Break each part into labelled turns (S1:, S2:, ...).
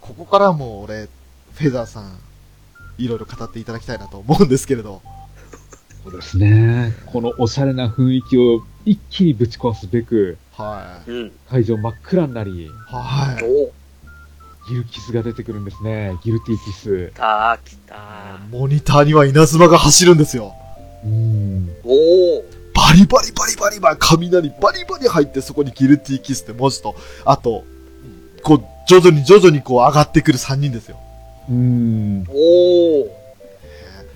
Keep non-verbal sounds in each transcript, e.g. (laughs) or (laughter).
S1: ここからもう俺、フェザーさん、いろいろ語っていただきたいなと思うんですけれど。
S2: そうですね。このおしゃれな雰囲気を一気にぶち壊すべく、
S1: は
S3: うん。
S2: 会場真っ暗になり、
S1: い。はい。
S3: お
S2: ギルキスが出てくるんですね。ギルティキス。
S3: たー、来たー。
S1: モニターには稲妻が走るんですよ。
S2: うん。
S3: おー。
S1: バリバリバリバリバリ、雷バリバリ入って、そこにギルティーキスって文字と、あと、こう、徐々に徐々にこう上がってくる3人ですよ。
S2: うん。
S3: おー。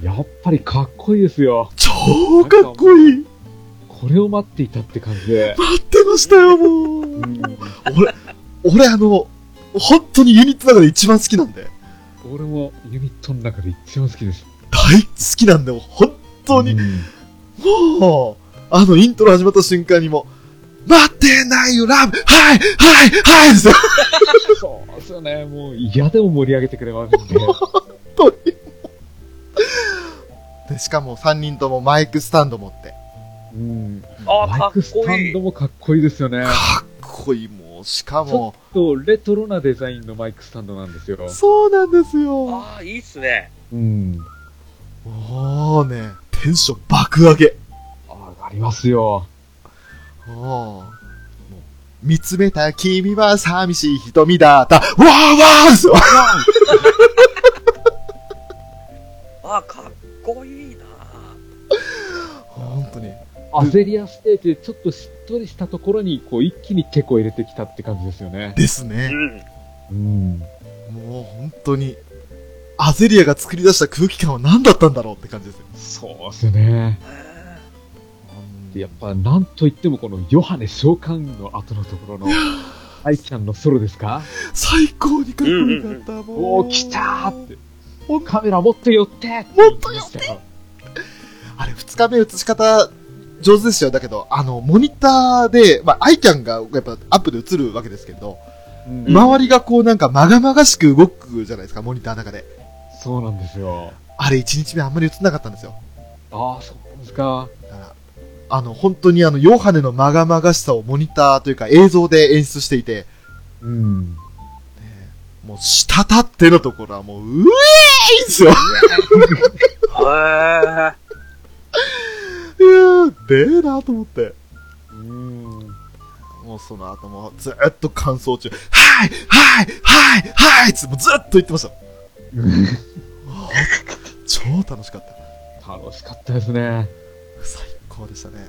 S2: やっぱりかっこいいですよ。
S1: 超かっこいい
S2: これを待っていたって感じで。
S1: 待ってましたよ、もう
S2: う。ん。
S1: 俺、俺あの、本当にユニットの中で一番好きなんで、
S2: 俺もユニットの中で一番好きです。
S1: 大好きなんで、もう本当に、
S2: うん
S1: もう、あのイントロ始まった瞬間にもう、待ってないよ、ラブはいはいはいですよ (laughs)
S2: そうですよね。もう嫌でも盛り上げてくれますんで。
S1: で、しかも3人ともマイクスタンド持って、
S2: うん。
S3: あー、
S2: マ
S3: か
S2: イクス
S3: っこ
S2: タ
S3: い
S2: ン
S3: い
S2: ド。もかっこいいですよね。
S1: かっこいい、もう、しか
S2: ちょ
S1: も、
S2: っとレトロなデザインのマイクスタンドなんですよ。
S1: そうなんですよ。
S3: あー、いいっすね。
S2: うん。
S1: もうね、テンション爆上げ。
S2: 上がりますよ。
S1: おもう見つめた君は寂しい瞳だった。わーわーですよ。
S3: あー、かっこいいな
S1: 本当に。
S2: 焦りやしてて、ちょっとしっとりしたところに、こう、一気に結構入れてきたって感じですよね。
S1: です
S3: ー。
S1: ね。
S2: う
S3: うん。
S2: ん。
S1: もう本当に、アゼリアが作り出した空気感は何だったんだろうって感じですよ。
S2: そうですね。でやっぱ、なんといってもこのヨハネ召喚の後のところの、アイちゃんのソロですか
S1: 最高にかっこよかった。もう
S2: おお、来たーって。おカメラ持って寄って
S1: 持って寄って
S2: 言いましたよ
S1: あれ、二日目映し方、上手ですよ。だけど、あの、モニターで、まあ、アイキャンがやっぱアップで映るわけですけど、
S2: うん
S1: 周りがこうなんかまがまがしく動くじゃないですか、モニターの中で。
S2: そうなんですよ。
S1: あれ1日目あんまり映んなかったんですよ。
S2: ああ、そうですか。
S1: だから、あの、本当にあの、ヨハネのまがまがしさをモニターというか映像で演出していて、
S2: うん。
S1: もう、滴ってのところはもう、うえーいですよ (laughs)
S3: へ
S1: いやー、でーなーと思って。
S2: うん。
S1: もうその後もずーっと感想中、はいはいはいはいってもうずーっと言ってました。超楽しかった。
S2: 楽しかったですね。
S1: 最高でしたね。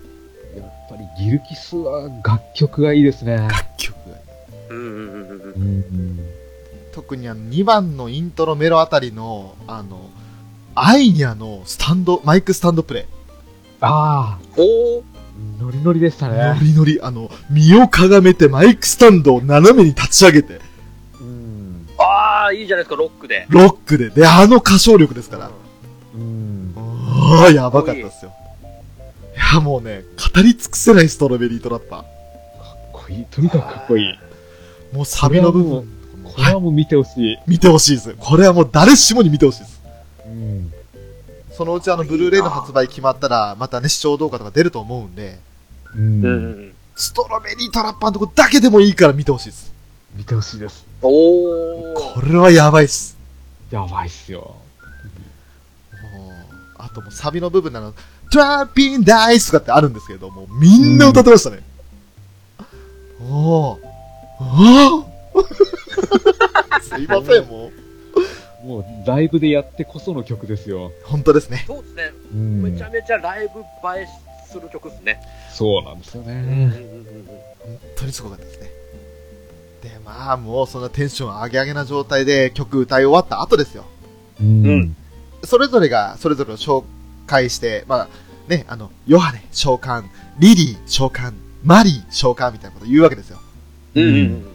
S2: やっぱりギルキスは楽曲がいいですね。
S1: 楽曲が。
S3: ー。うんうんうんうん。
S2: うん。
S1: 特にあの2番のイントロメロあたりの、あの、アイニャのスタンド、マイクスタンドプレイ。
S2: ああ、
S3: おー。
S2: ノリノリでした
S1: ノ
S2: ね。
S1: リノリ、あの、身をかがめてマイクスタンドを斜めに立ち上げて、
S2: うん。
S3: あー、いいじゃないですか、ロックで。
S1: ロックで、で、あの歌唱力ですから。
S2: うん。
S1: ああ、やばかったっすよ。いや、もうね、語り尽くせないストロベリートラッパ
S2: かっこいい。とにかくかっこいい。
S1: ー。もうサビの部分、
S2: これはもう見てほしい。
S1: 見てほしいです。これはもう誰しもに見てほしいです。
S2: うん。
S1: そのうちあの、ブルーレイの発売決まったら、またね、視聴動画とか出ると思うんで、
S2: う。
S3: うんん。
S1: ストロベリートラッパーのとこだけでもいいから見てほしいです。
S2: 見てほしいです。
S3: おー。
S1: これはやばいっす。
S2: やばいっすよ。
S1: もう、あともうサビの部分なの、トラッピンダイスとかってあるんですけど、もうみんな歌ってましたね。おー。おー (laughs) すいません、もう。
S2: もうライブでやってこその曲ですよ。
S1: 本当ですね。
S3: そうですね。
S2: うん
S3: めちゃめちゃライブ映えする曲ですね。
S2: そうなんですよ
S3: う
S2: ね。
S1: 本当にすごかったですね。で、まあ、もうそんなテンション上げ上げな状態で曲歌い終わった後ですよ。
S2: う
S3: うん。
S1: それぞれがそれぞれを紹介して、まあ、ね、あの、ヨハネ召喚、リリー召喚、マリー召喚みたいなこと言うわけですよ。
S3: うんうん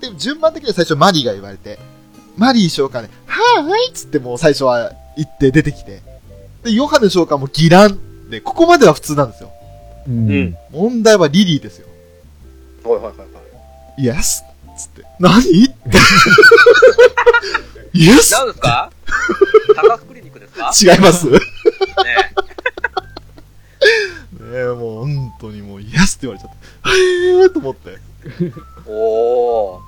S1: で、順番的には最初マリーが言われて、マリー召喚で、はーいっつってもう最初は行って出てきて、で、ヨハネ召喚もギランで、ここまでは普通なんですよ。
S2: う
S3: うん。うんん。。
S1: 問題はリリーですよ。
S3: はいはいはいはい。
S1: イエスっつって、何って。イエス
S3: 何ですか高須クリニックですか
S1: 違いますね
S3: ね
S1: え、もう本当にもうイエスって言われちゃって、はえーと思って。
S3: おー。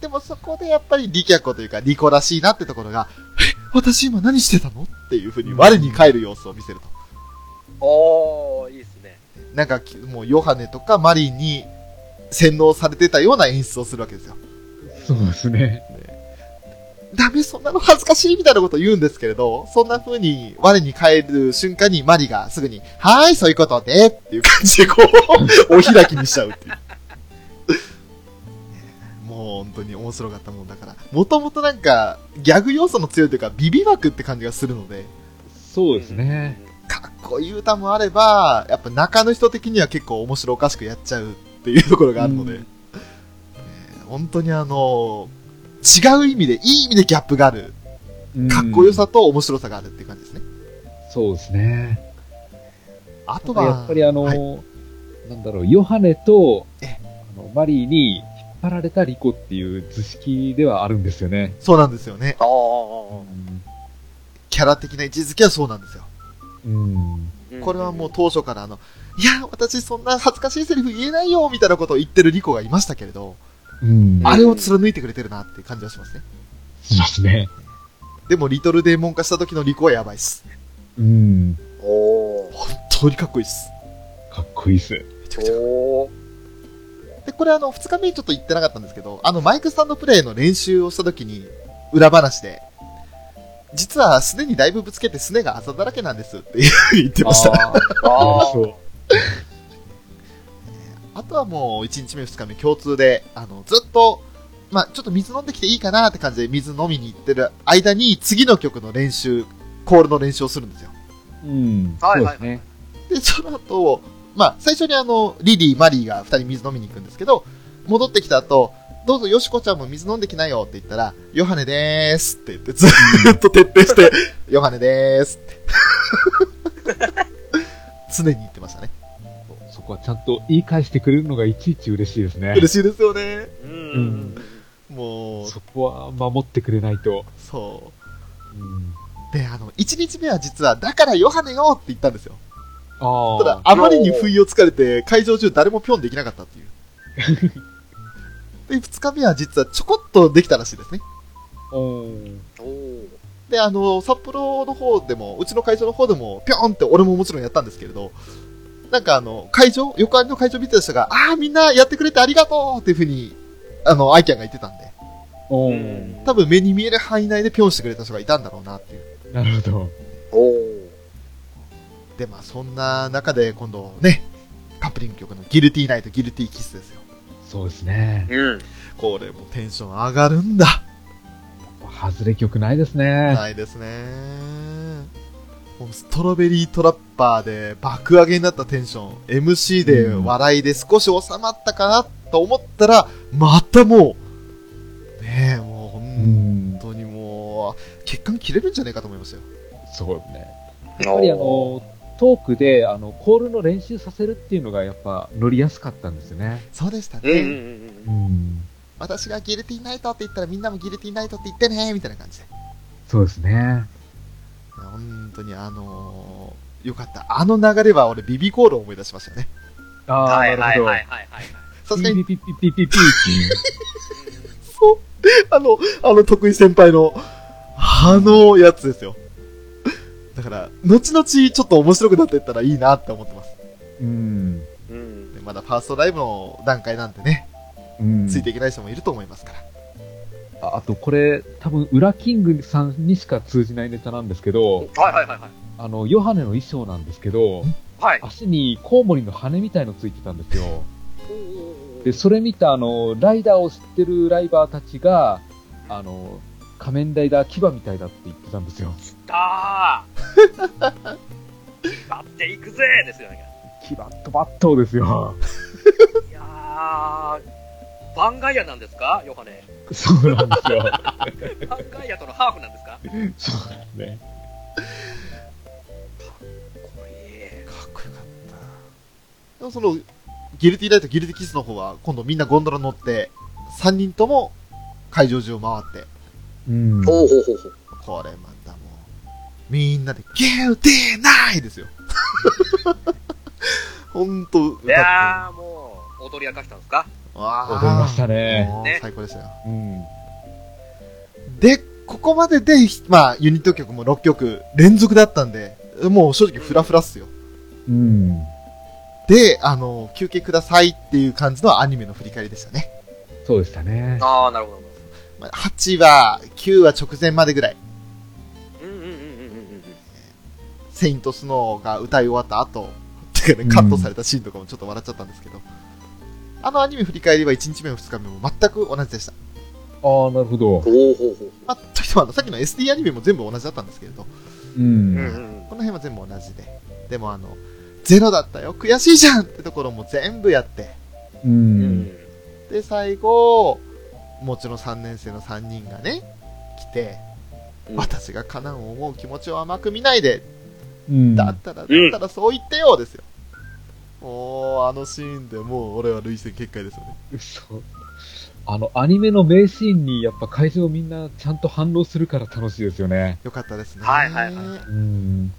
S1: でもそここでやっぱりリキャコというかリコらしいなってところが、え、私今何してたのっていうふうに我に返る様子を見せると。
S3: おー、いいですね。
S1: なんかき、もうヨハネとかマリーに洗脳されてたような演出をするわけですよ。
S2: そうですね。
S1: ダメ、そんなの恥ずかしいみたいなことを言うんですけれど、そんな風に我に返る瞬間にマリがすぐに、はーい、そういうことでっていう感じでこう、お
S2: (laughs)
S1: 開きにしちゃうっていう。ねもう本当に面白かったもんだから。もともとなんか、ギャグ要素の強いというか、ビビ枠って感じがするので、
S2: そうですね。
S1: かっこいい歌もあれば、やっぱ中の人的には結構面白おかしくやっちゃうっていうところがあるので、
S2: うん
S1: ね本当にあの、違う意味で、いい意味でギャップがあるかっこよさと面白さがあるっていう感じですね。
S2: そうですね。
S1: あとは、
S2: やっぱりあの、
S1: はい
S2: なんだろう、ヨハネと
S1: え
S2: あのマリーに引っ張られたリコっていう図式ではあるんですよね。
S1: そうなんですよね。
S3: あー
S1: キャラ的な位置づけはそうなんですよ。
S2: うん。
S3: うん
S1: これはもう、当初からあの、いや、私そんな恥ずかしいセリフ言えないよみたいなことを言ってるリコがいましたけれど、
S2: うん。
S1: あれを貫いてくれてるなっていう感じはしますね。
S2: しますね。
S1: でも、リトルデーモン化した時のリコはやばいっす。
S2: うん。
S3: おー、
S1: 本当にかっこいいっす。
S2: かっこいいっす。
S1: めちゃくちゃかっこ
S3: おー、
S1: いい。で、これあの、二日目にちょっと言ってなかったんですけど、あの、マイクスタンドプレイの練習をした時に、裏話で、実はすねにだいぶぶつけてすねがあざだらけなんですっていう言ってました。
S2: あー
S3: あー、
S1: あとはもう1日目、2日目共通で、あの、ずっと、まあ、ちょっと水飲んできていいかなって感じで水飲みに行ってる間に次の曲の練習、コールの練習をするんですよ。
S2: うん。
S3: はい
S2: そう
S3: は
S2: で
S3: い
S2: すね。
S1: で、その後、まあ、最初にあの、リリー、マリーが2人水飲みに行くんですけど、戻ってきた後、どうぞよしこちゃんも水飲んできなよって言ったら、ヨハネでーすって言ってずーっと徹底して、ヨハネでーすって。 (laughs) 常に言ってましたね。
S2: そこはちゃんと言い返してくれるのがいちいち嬉しいですね。
S1: 嬉しいですよね。
S3: うんん。
S1: もう、
S2: そこは守ってくれないと。
S1: そう。
S2: うん、
S1: で、あの、1日目は実は、だからヨハネよって言ったんですよ。ただ
S2: あ、あ。
S1: あまりに不意をつかれて、会場中誰もぴょんできなかったっていう。で、2日目は実はちょこっとできたらしいですね。
S2: うん。
S3: おー、
S1: で、あの、札幌の方でも、うちの会場の方でも、ぴょんって俺ももちろんやったんですけれど、なんかあの、会場、横ありの会場見てた人が、ああ、みんなやってくれてありがとうっていうふうに、あの、アイキャンが言ってたんで、
S2: う。
S3: うんん
S1: 多分目に見える範囲内でぴょんしてくれた人がいたんだろうなっていう。
S2: なるほど。
S3: おー、
S1: で、まあそんな中で今度ね、カップリング曲のギルティーナイト、ギルティーキスですよ。
S2: そうですね。
S3: うん。
S1: これもテンション上がるんだ。
S2: 外れ曲ないですね。
S1: ないですね。もうストロベリートラッパーで爆上げになったテンション、MC で笑いで少し収まったかなと思ったら、またもう、ねえ、もう
S2: う
S1: 本
S2: ん。
S1: 当にもう、血管切れるんじゃないかと思いましたよ。
S2: そうね。やっぱりあの、トークで、あの、コールの練習させるっていうのが、やっぱ、乗りやすかったんですよね。
S1: そうでした
S3: うんうん
S1: ね。
S3: うん
S2: ん。
S1: 私がギルティーナイトって言ったらみんなもギルティーナイトって言ってね、みたいな感じで。
S2: そうですね。
S1: 本当にあのーよかった。あの流れは俺ビビコールを思い出しましたよね。 (laughs)
S2: あ
S3: うん。
S2: あ、
S3: はい
S2: な
S3: は
S2: る
S3: い
S2: ほど
S3: はい。はいはい。
S1: さすがに、
S2: ピピピピピピピっていう。
S1: そう、あの、あの得意先輩の、あのやつですよ。だから、後々ちょっと面白くなっていったらいいなって思ってます。
S2: うん。
S3: うん。
S1: でまだファーストライブの段階なんでね、
S2: うん。
S1: ついていけない人もいると思いますから。
S2: ああと、これ、多分、裏キングさんにしか通じないネタなんですけど、
S3: はいはいはいはい。
S2: あの、ヨハネの衣装なんですけど、
S3: はい。
S2: 足にコウモリの羽みたいのついてたんですよ。
S3: おー
S2: で、それ見た、あの、ライダーを知ってるライバーたちが、あの、仮面ライダー牙みたいだって言ってたんですよ。
S3: だ (laughs) ー引っ張っていくぜーですよね。
S2: キバットバットですよ。
S3: いやー、番外野なんですかヨハネ。
S2: (laughs) そうなんですよ。
S3: 番外野とのハーフなんです
S2: そ
S3: か
S2: うですね。
S1: かっ
S3: これ
S1: こよかった。でもその、ギルティーライト、ギルティキスの方は、今度みんなゴンドラ乗って、3人とも会場中を回って、
S2: うん。
S3: ほうほうほうほう。
S1: これまたもう、みんなで、ゲーテーナイですよ。 (laughs) ほんと、歌っ
S3: い
S1: て。
S3: やー、もう、踊り明かしたんですか
S1: わー
S2: 踊りましたね
S1: もう
S3: ね
S1: 最高でしたよ。
S2: うん。
S1: で、ここまでで、まあ、ユニット曲も6曲連続だったんで、もう正直フラフラっすよ。
S2: うん。
S1: で、あの、休憩くださいっていう感じのアニメの振り返りでしたね。
S2: そうでしたね。
S3: ああ、なるほど。
S1: まあ8話、9話直前までぐらい、
S3: うんうんうんうんうん
S1: セイントスノーが歌い終わった後、てかね、カットされたシーンとかもちょっと笑っちゃったんですけど、あのアニメ振り返りは1日目も2日目も全く同じでした。
S2: ああ、なるほど。
S3: うん。ほうほうほう。
S1: まあ、といってもあのさっきの SD アニメも全部同じだったんですけれど、
S2: う
S3: うん
S2: ん。
S3: うん。
S1: この辺は全部同じで。でもあの、ゼロだったよ、悔しいじゃんってところも全部やって。
S2: う。
S3: うんん。
S1: で、最後、もちろん3年生の3人がね、来て、
S3: うん
S1: 私がカナンを思う気持ちを甘く見ないで、
S2: うん。
S1: だったら、だったらそう言ってよですよ。もう、あのシーンでもう俺は累戦結界ですよね。
S2: そう。あの、アニメの名シーンにやっぱ会場みんなちゃんと反応するから楽しいですよね。
S1: よかったですね。
S3: はいはいは
S2: うん。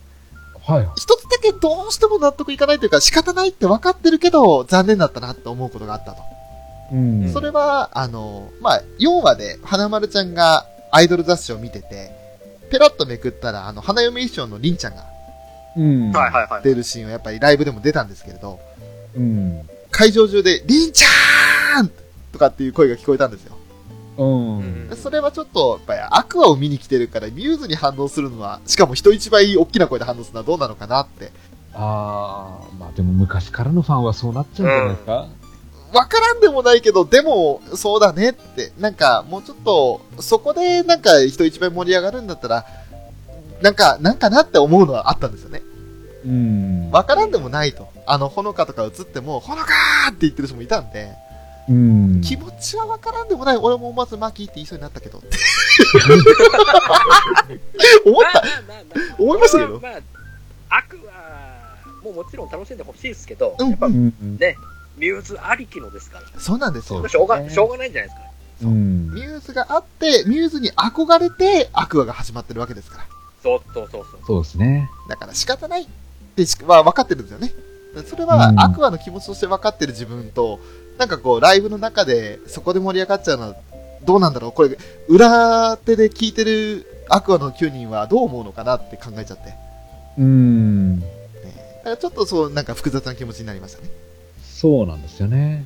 S2: はい。
S1: 一つだけどうしても納得いかないというか仕方ないって分かってるけど残念だったなって思うことがあったと。
S2: うん。
S1: それは、あの、まあ、4話で花丸ちゃんがアイドル雑誌を見てて、ペラッとめくったら、あの、花嫁衣装のりんちゃんが
S2: うん。
S3: はいはいはい。
S1: 出るシーンはやっぱりライブでも出たんですけれど、
S2: い。うん。
S1: 会場中で、りんちゃーんとかっていう声が聞こえたんですよ。
S2: う。
S3: うんん
S1: でそれはちょっと、やっぱりアクアを見に来てるから、ミューズに反応するのは、しかも人一倍大きな声で反応するのはどうなのかなって。
S2: ああ、まあでも昔からのファンはそうなっちゃうんじゃないですか。
S1: わからんでもないけど、でも、そうだねって。なんか、もうちょっと、そこでなんか人一倍盛り上がるんだったら、なんか、なんかなって思うのはあったんですよね。
S2: うん。
S1: わからんでもないと。あの、ほのかとか映っても、ほのかーって言ってる人もいたんで、
S2: うん。
S1: 気持ちはわからんでもない。俺も思わずマキーって言いそうになったけどって。 (laughs) 思った
S3: まあまあまあ
S1: 思いましたけど
S3: まあまあ、アクアももちろん楽しんでほしいですけど、
S1: うん、うん。
S2: うん。
S3: ミューズありきのですから。
S1: そうなんです
S2: そ
S1: よ
S2: う。
S3: しょうが、しょうがないんじゃないですか。
S2: うん
S1: ミューズがあって、ミューズに憧れて、アクアが始まってるわけですから。
S3: そうそうそうそう。
S2: そうですね。
S1: だから仕方ないってし、まあ、分かってるんですよね。それは、
S2: うん
S1: アクアの気持ちとして分かってる自分と、なんかこう、ライブの中で、そこで盛り上がっちゃうのは、どうなんだろうこれ、裏手で聞いてるアクアの9人はどう思うのかなって考えちゃって。
S2: うん。
S1: ねだからちょっとそう、なんか複雑な気持ちになりましたね。
S2: そうなんですよね。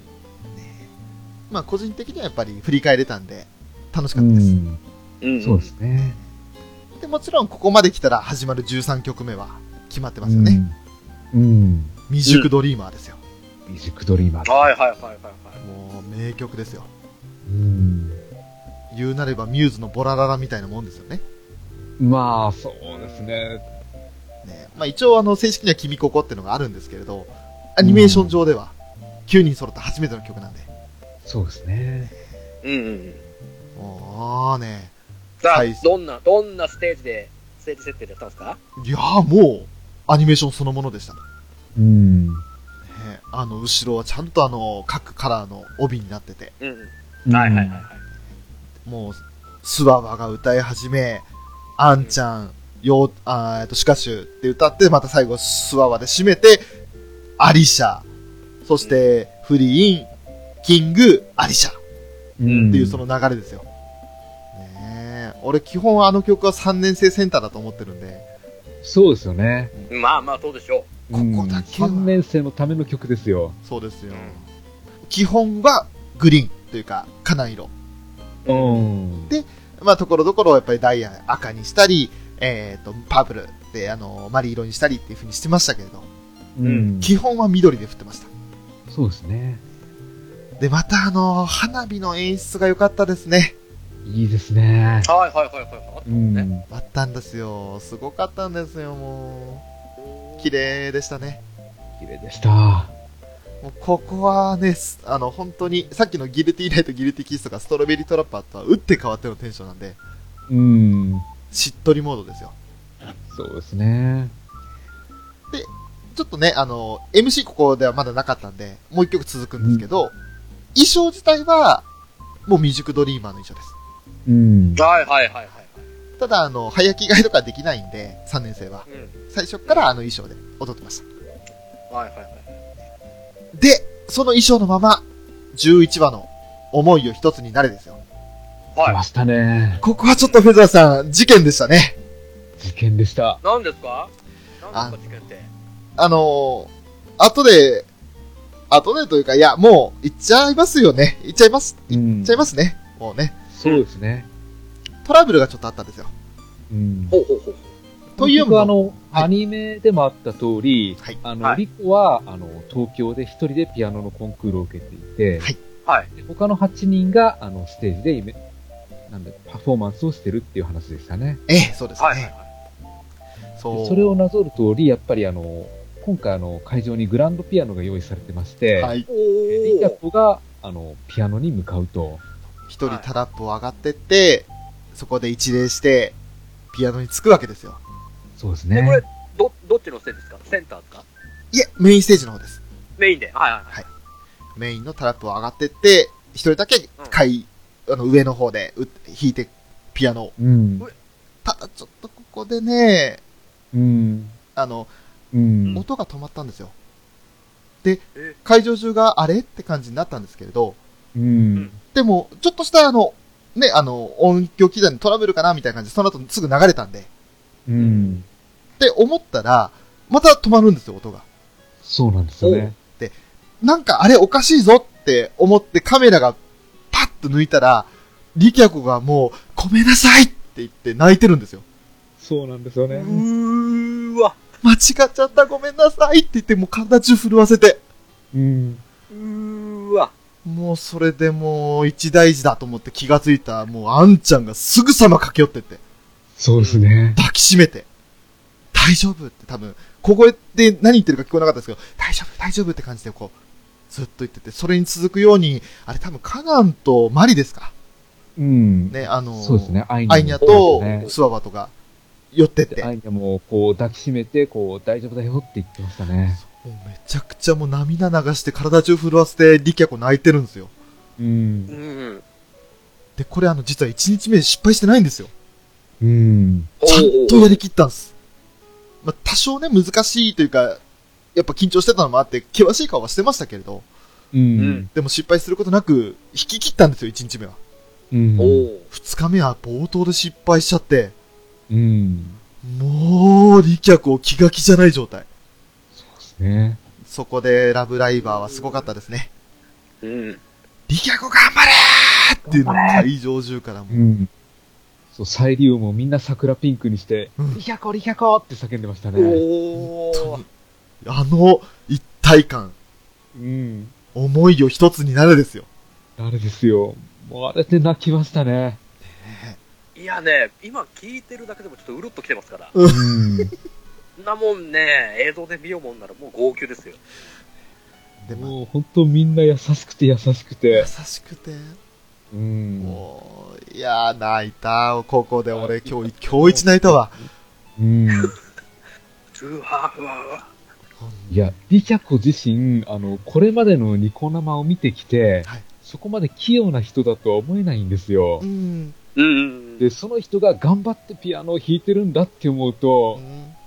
S1: まあ、個人的にはやっぱり振り返れたんで、楽しか
S2: う
S1: ったです。
S2: ん。
S3: うん
S2: そうですね。
S1: でもちろん、ここまで来たら始まる13曲目は決まってますよね。
S2: うん。うん。
S1: 未熟ドリーマーですよ。
S2: ミュージックドリーマー。
S3: はいはいはいはいはい。
S1: もう、名曲ですよ。
S2: うん。
S1: 言うなれば、ミューズのボラララみたいなもんですよね。
S2: まあ、そうですね。
S1: ねまあ、一応あの正式には「君ここ」ってのがあるんですけれどアニメーション上では9人揃った初めての曲なんで
S2: そうですね。
S3: うんうん。
S1: もうね
S3: さあ
S1: はい、
S3: どんな、どんなステージで、ステージ設定だったんですか
S1: いやーもうアニメーションそのものでした、ね、
S2: うん。
S1: あの後ろはちゃんとあの各カラーの帯になってて
S3: うんうん。はいはいはいはい。
S1: もうスワワが歌い始めあんちゃん、ようあーえっとシュカシュって歌ってまた最後スワワで締めてアリシャそしてフリーンキングアリシャ
S2: い。
S3: ん
S1: っていうその流れですよ。ねえ。俺基本あの曲は3年生センターだと思ってるんで。
S2: そうですよね。
S3: まあまあ、そうでしょ
S1: ここだけは
S2: 3年生のための曲ですよ。
S1: そうですよ
S3: うん
S1: 基本はグリーンというか、カナン色。
S3: う。
S2: ん
S1: でまあ、ところどころやっぱりダイヤ赤にしたり、えっ、と、パープルで、あの、マリー色にしたりっていう風にしてましたけれど、
S2: うん。
S1: 基本は緑で振ってました。
S2: そうですね。
S1: で、またあの、花火の演出が良かったですね。
S2: いいですね。
S3: はいはいはいはいはい。
S2: うん。
S1: あったんですよ。すごかったんですよ、もう。綺麗でしたね。
S2: 綺麗でした。
S1: もうここはね、すあの、本当に、さっきのギルティーライト、ギルティーキスとか、ストロベリートラッパーとは打って変わってのテンションなんで、
S2: うん。
S1: しっとりモードですよ。
S2: そうですね。
S1: ちょっとね、あの、MC ここではまだなかったんで、もう一曲続くんですけど、衣装自体は、もう未熟ドリーマーの衣装です。
S2: うん。
S3: はいはいはいはいはい。
S1: ただ、あの、早着替えとかできないんで、3年生は。
S3: うん。
S1: 最初からあの衣装で踊ってました。
S3: はいはいはい。
S1: で、その衣装のまま、11話の、思いを一つになれですよ。
S2: 来ましたね。
S1: ここはちょっとフェザーさん、事件でしたね。
S2: 事件でした。
S3: 何ですか何ですか事件って。
S1: あのー、後で、後でというか、いや、もう、行っちゃいますよね。行っちゃいます。
S2: う
S1: 行
S2: ん
S1: っちゃいますね。もうね。
S2: そうですね。
S1: トラブルがちょっとあったんですよ。
S2: うん。
S3: ほうほうほう。
S1: というの
S2: 僕
S1: も
S2: あの、
S1: はい
S2: アニメでもあった通り、
S1: はい
S2: あ
S3: は
S2: の、
S3: い
S2: リコは、あの、東京で一人でピアノのコンクールを受けていて、
S1: はい
S3: はい
S2: で他の8人が、あの、ステージでイメ、なんだパフォーマンスをしてるっていう話でしたね。
S1: ええ、そうですね。
S3: はいはいはい。
S1: そう。
S2: でそれをなぞる通り、やっぱりあの、今回あの、会場にグランドピアノが用意されてまして、
S1: はい。
S3: お
S2: でリキャ
S3: ー。
S2: コが、あの、ピアノに向かうと、
S1: 一人タラップを上がってって、そこで一礼して、ピアノに着くわけですよ。
S2: そうです
S3: え、これ
S2: ね。、
S3: ど、どっちのステージですかセンターですか
S1: いえ、メインステージの方です。
S3: メインで。はいはいはい。
S1: メインのタラップを上がってって、一人だけ階、あの上の方でう弾いて、ピアノを。
S2: うん。
S1: ただちょっとここでね、
S2: うん。
S1: あの、
S2: うん。
S1: 音が止まったんですよ。
S3: え、
S1: 会場中があれって感じになったんですけれど、
S2: うん。
S1: でも、ちょっとしたあの、ね、あの、音響機材のトラブルかなみたいな感じで、その後すぐ流れたんで、
S2: うん。
S1: って思ったら、また止まるんですよ、音が。
S2: そうなんですよね。
S1: なんかあれおかしいぞって思ってカメラがパッと抜いたら、リキャコがもう、ごめんなさいって言って泣いてるんですよ。
S2: そうなんですよ
S3: う
S2: ね。
S3: ーわ。
S1: 間違っちゃった、ごめんなさいって言って、もう体中震わせて。
S2: うん。
S3: うーわ。
S1: もうそれでもう一大事だと思って気がついた、もうあんちゃんがすぐさま駆け寄ってって、
S2: そうですね。
S1: 抱きしめて、大丈夫って多分、ここで何言ってるか聞こえなかったですけど、大丈夫、大丈夫って感じでこう、ずっと言ってて、それに続くように、あれ多分カナンとマリですか
S2: うん。
S1: ね、あのー
S2: そうですね。アイニャ
S1: アイニャ
S2: そ
S1: と
S2: うですね
S1: スワバとか寄ってって、
S2: でア
S1: も
S2: イニャも、こう、抱きしめて、こう、大丈夫だよって言ってましたね。
S1: うめちゃくちゃもう涙流して体中震わせてリキャコ泣いてるんですよ。
S2: う。
S3: うんん。
S1: で、これあの実は1日目で失敗してないんですよ。
S2: うん。
S1: ちゃんとやりきったんです。まあ、多少ね、難しいというか、やっぱ緊張してたのもあって、険しい顔はしてましたけれど、
S2: うんん。
S1: でも失敗することなく、引き切ったんですよ、1日目は。
S2: うん。
S3: おー
S1: 2日目は冒頭で失敗しちゃって、
S2: うん。
S1: もう、利脚を気が気じゃない状態。
S2: そうですね。
S1: そこで、ラブライバーはすごかったですね。
S3: おー。うん。
S1: 利脚頑張れーっていうのを会場中からも
S2: う
S1: う、
S2: ん。そう、サイリウムをみんな桜ピンクにして
S1: うん、
S2: リキャコ、リキャコって叫んでましたね。
S3: おー。
S1: あの、一体感、
S2: うん。
S1: 思いを一つになるですよ。
S2: あれですよ。もうあれで泣きましたね。
S3: いやね、今聞いてるだけでもちょっとうるっときてますから。
S2: うん。
S3: そんなもんね、映像で見ようもんならもう号泣ですよ。
S1: でも、
S2: もう本当みんな優しくて優しく
S1: 優
S2: て。
S1: しくて、
S2: うん。
S1: もう、いやー、泣いた。高校で俺、今日、今日一泣いたわ。
S2: うん。
S3: うわうわうわ。
S2: いや、リキャコ自身、あの、これまでのニコ生を見てきて、
S1: はい
S2: そこまで器用な人だとは思えないんですよ
S1: う。ん。
S3: うんうんうん。
S2: で、その人が頑張ってピアノを弾いてるんだって思う
S1: う
S2: と、
S1: んね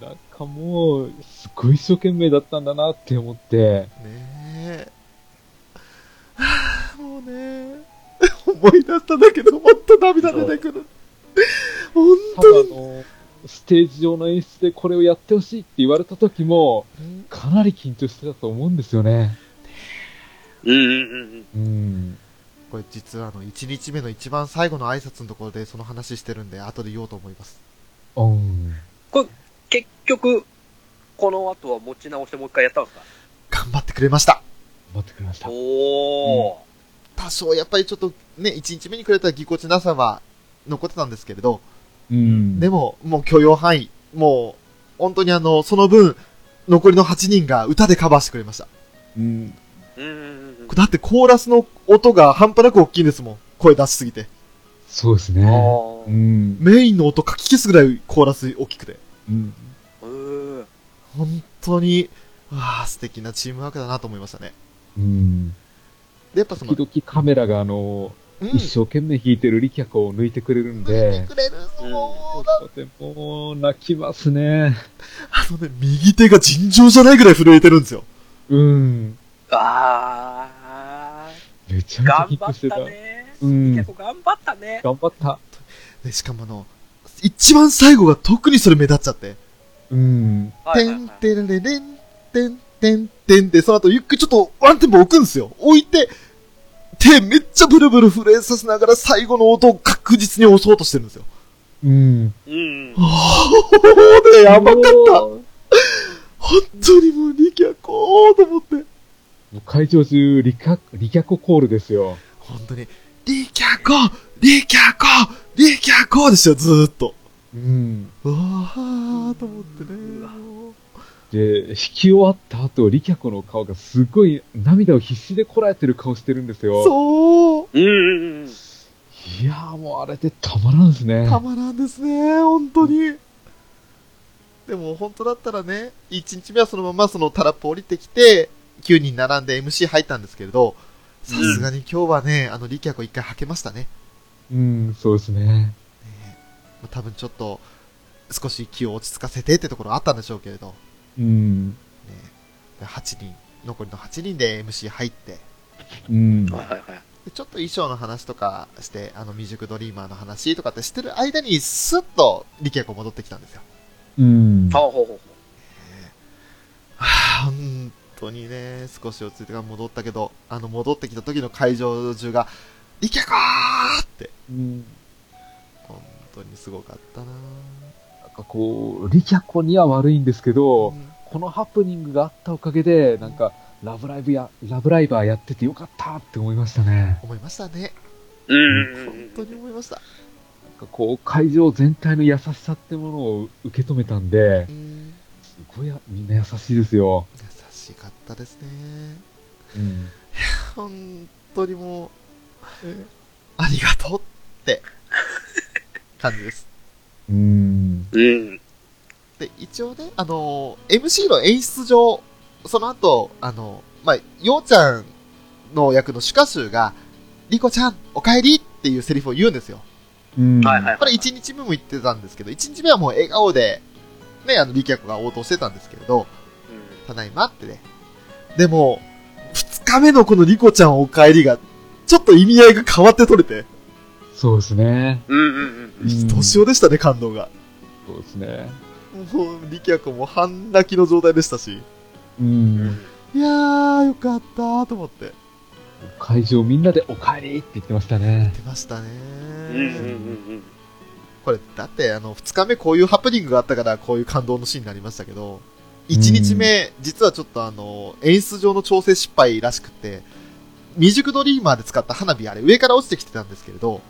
S2: なんかもう、すごい一生懸命だったんだなって思って、
S1: え。はぁもうね (laughs) 思い出しただけど、ほんと涙出てくる。ほん
S2: 多
S1: と
S2: 分あの、ステージ上の演出でこれをやってほしいって言われた時も、
S1: に。
S2: かなり緊張してたと思うんですよね。
S3: うんうんうんうん。
S2: うん。
S1: これ実はあの、1日目の一番最後の挨拶のところでその話してるんで、後で言おうと思います。
S2: うん。
S3: 結局、この後は持ち直してもう一回やったんですか
S1: 頑張ってくれました。
S2: 待ってくれました。
S3: おー。
S1: 多少やっぱりちょっとね、1日目にくれたぎこちなさは残ってたんですけれど、
S2: うん。
S1: でも、もう許容範囲。もう、本当にあの、その分、残りの8人が歌でカバーしてくれました。
S2: うん。
S3: うんうんうん。
S1: だってコーラスの音が半端なく大きいんですもん。声出しすぎて。
S2: そうです
S3: あ
S2: ね。う
S3: ー。
S2: ん。
S1: メインの音かき消すぐらいコーラス大きくて。
S2: うん。
S3: うー
S1: 本当に、わあ素敵なチームワークだなと思いましたね。
S2: うん。
S1: で、やっぱその、
S2: 時々カメラがあの、
S1: うん。
S2: 一生懸命弾いてる利脚を抜いてくれるん
S1: 見て
S2: で、
S1: くれるそうだ。
S2: とても泣きますね。
S1: あのね、右手が尋常じゃないぐらい震えてるんですよ。
S2: うん。
S3: あ
S2: めちゃめち
S3: ー。
S2: ゃ
S3: 頑
S2: 緊
S3: 張
S2: 張
S3: っ
S2: してた。
S3: たね
S2: うん。
S3: 結構頑張ったね。
S2: 頑張った。
S1: でしかもあの、一番最後が特にそれ目立っちゃって、
S2: うん。
S3: は
S1: て
S3: いはい
S1: ん
S3: はい
S1: てんれれん、てんてんてんで、その後ゆっくりちょっとワンテンポ置くんですよ。置いて、手めっちゃブルブル震えさせながら最後の音を確実に押そうとしてるんですよ。
S2: うん。
S3: うん。
S1: ほーで、やばかった。
S2: も
S1: 本当にもう力也こうと思って。
S2: う会場中、リカ、リキャココールですよ。
S1: 本当に、力也こう力也こう力也こうでしたよ、ずーっと。
S2: うん。
S1: うわーと思って
S3: うわ
S1: ね。
S2: で、引き終わった後、リキャコの顔がすごい涙を必死でこらえてる顔してるんですよ。
S1: そう。
S3: うんうんうん。
S2: いやーもうあれでたまらんですね。
S1: たまらんですね、本当に。でも本当だったらね、1日目はそのままそのタラップ降りてきて、9人並んで MC 入ったんですけれど、さすがに今日はね、あの、力也を一回吐けましたね。
S2: うん、そうですね。
S1: まあ多分ちょっと、少し気を落ち着かせてってところあったんでしょうけれど、ね、
S2: うん。
S1: で8人、残りの8人で MC 入って、
S2: うん。
S3: はいはいはい。
S1: でちょっと衣装の話とかして、あの、未熟ドリーマーの話とかってしてる間に、スッと力也が戻ってきたんですよ。
S2: うん。
S3: ほうほうほうほ
S1: はあ本当にね、少し落ち着いてから戻ったけど、あの、戻ってきた時の会場中が、行けこーって、
S2: うん
S1: 本当にすごかったな
S2: なんかこう、リキャコには悪いんですけど、
S1: うん
S2: このハプニングがあったおかげで、なんか、ラブライブや、ラブライバーやっててよかったって思いましたね。
S1: 思いましたね。
S3: う。うんう
S1: 本
S3: んう
S1: 当
S3: ん
S1: に思いました。
S2: なんかこう、会場全体の優しさってものを受け止めたんで
S1: う、ん、
S2: すごいやみんな優しいですよ。
S1: 優しかったですね。
S2: うん。
S1: 本当にもう、えありがとうって、感じです。
S2: うん。
S3: うん。
S1: で、一応ね、あのー MC の演出上、その後、あのーまあ、ようちゃんの役の主歌集が、リコちゃん、お帰りっていうセリフを言うんですよ。
S2: うん。
S3: はいはいはい。
S1: これ1日目も言ってたんですけど、1日目はもう笑顔で、ね、あの、力役が応答してたんですけれど、ただいまってね。でも、2日目のこのリコちゃんお帰りが、ちょっと意味合いが変わって取れて、
S2: そうですね。
S3: うんうんうん。
S2: うん
S1: 年をでしたね、感動が。
S2: そうですね。
S1: もう、力役も半泣きの状態でしたし。
S2: うん。
S1: いやー、よかったーと思って。
S2: 会場みんなでお帰りって言ってましたね。
S1: 出ましたね
S3: うんうんうん
S1: これだってあの2日目こういうハプニングがあったからこういう感動のシーンになりましたけど1日目実はちょっとあの演出上の調整失敗らしくて未熟ドリーマーで使った花火あれ上から落ちてきてたんですけれど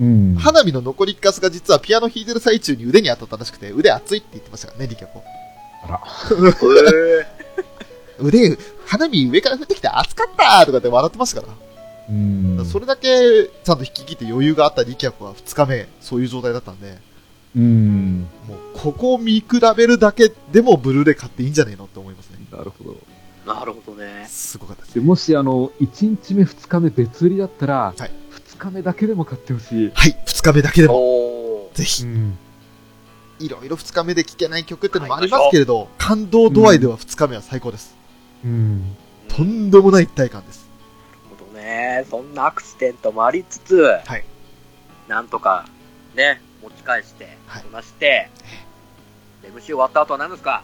S2: うん。
S1: 花火の残りガスが実はピアノ弾いてる最中に腕に当たったらしくて腕熱いって言ってましたからねリキャコ
S3: うん。へ
S1: 腕花火上から降ってきて熱かったーとかって笑ってましたから
S2: うん。
S1: それだけちゃんと引き切って余裕があったリキャコは2日目そういう状態だったんで
S2: うん。
S1: もうここを見比べるだけでもブルーレイ買っていいんじゃねえのって思いますね。
S2: なるほど。
S3: ーなるほどね。
S1: すごかったです
S2: で
S1: ね。
S2: もしあの1日目、2日目別売りだったら、
S1: はい
S2: 2日目だけでも買ってほしい、
S1: はい、2日目だけでも、
S3: おー。
S1: ぜひ、いろいろ2日目で聴けない曲ってのもあ
S3: 買
S1: り
S3: いまし
S1: ま
S3: ょう
S1: すけれど、感動度合いでは2日目は最高です。
S2: うん
S1: とんでもない一体感です。
S3: なるほどね。そんなアクシデントもありつつ、
S1: い
S3: なんとか、ね、持ち返して、
S1: はい
S3: こなして、で MC 終わった後は何ですか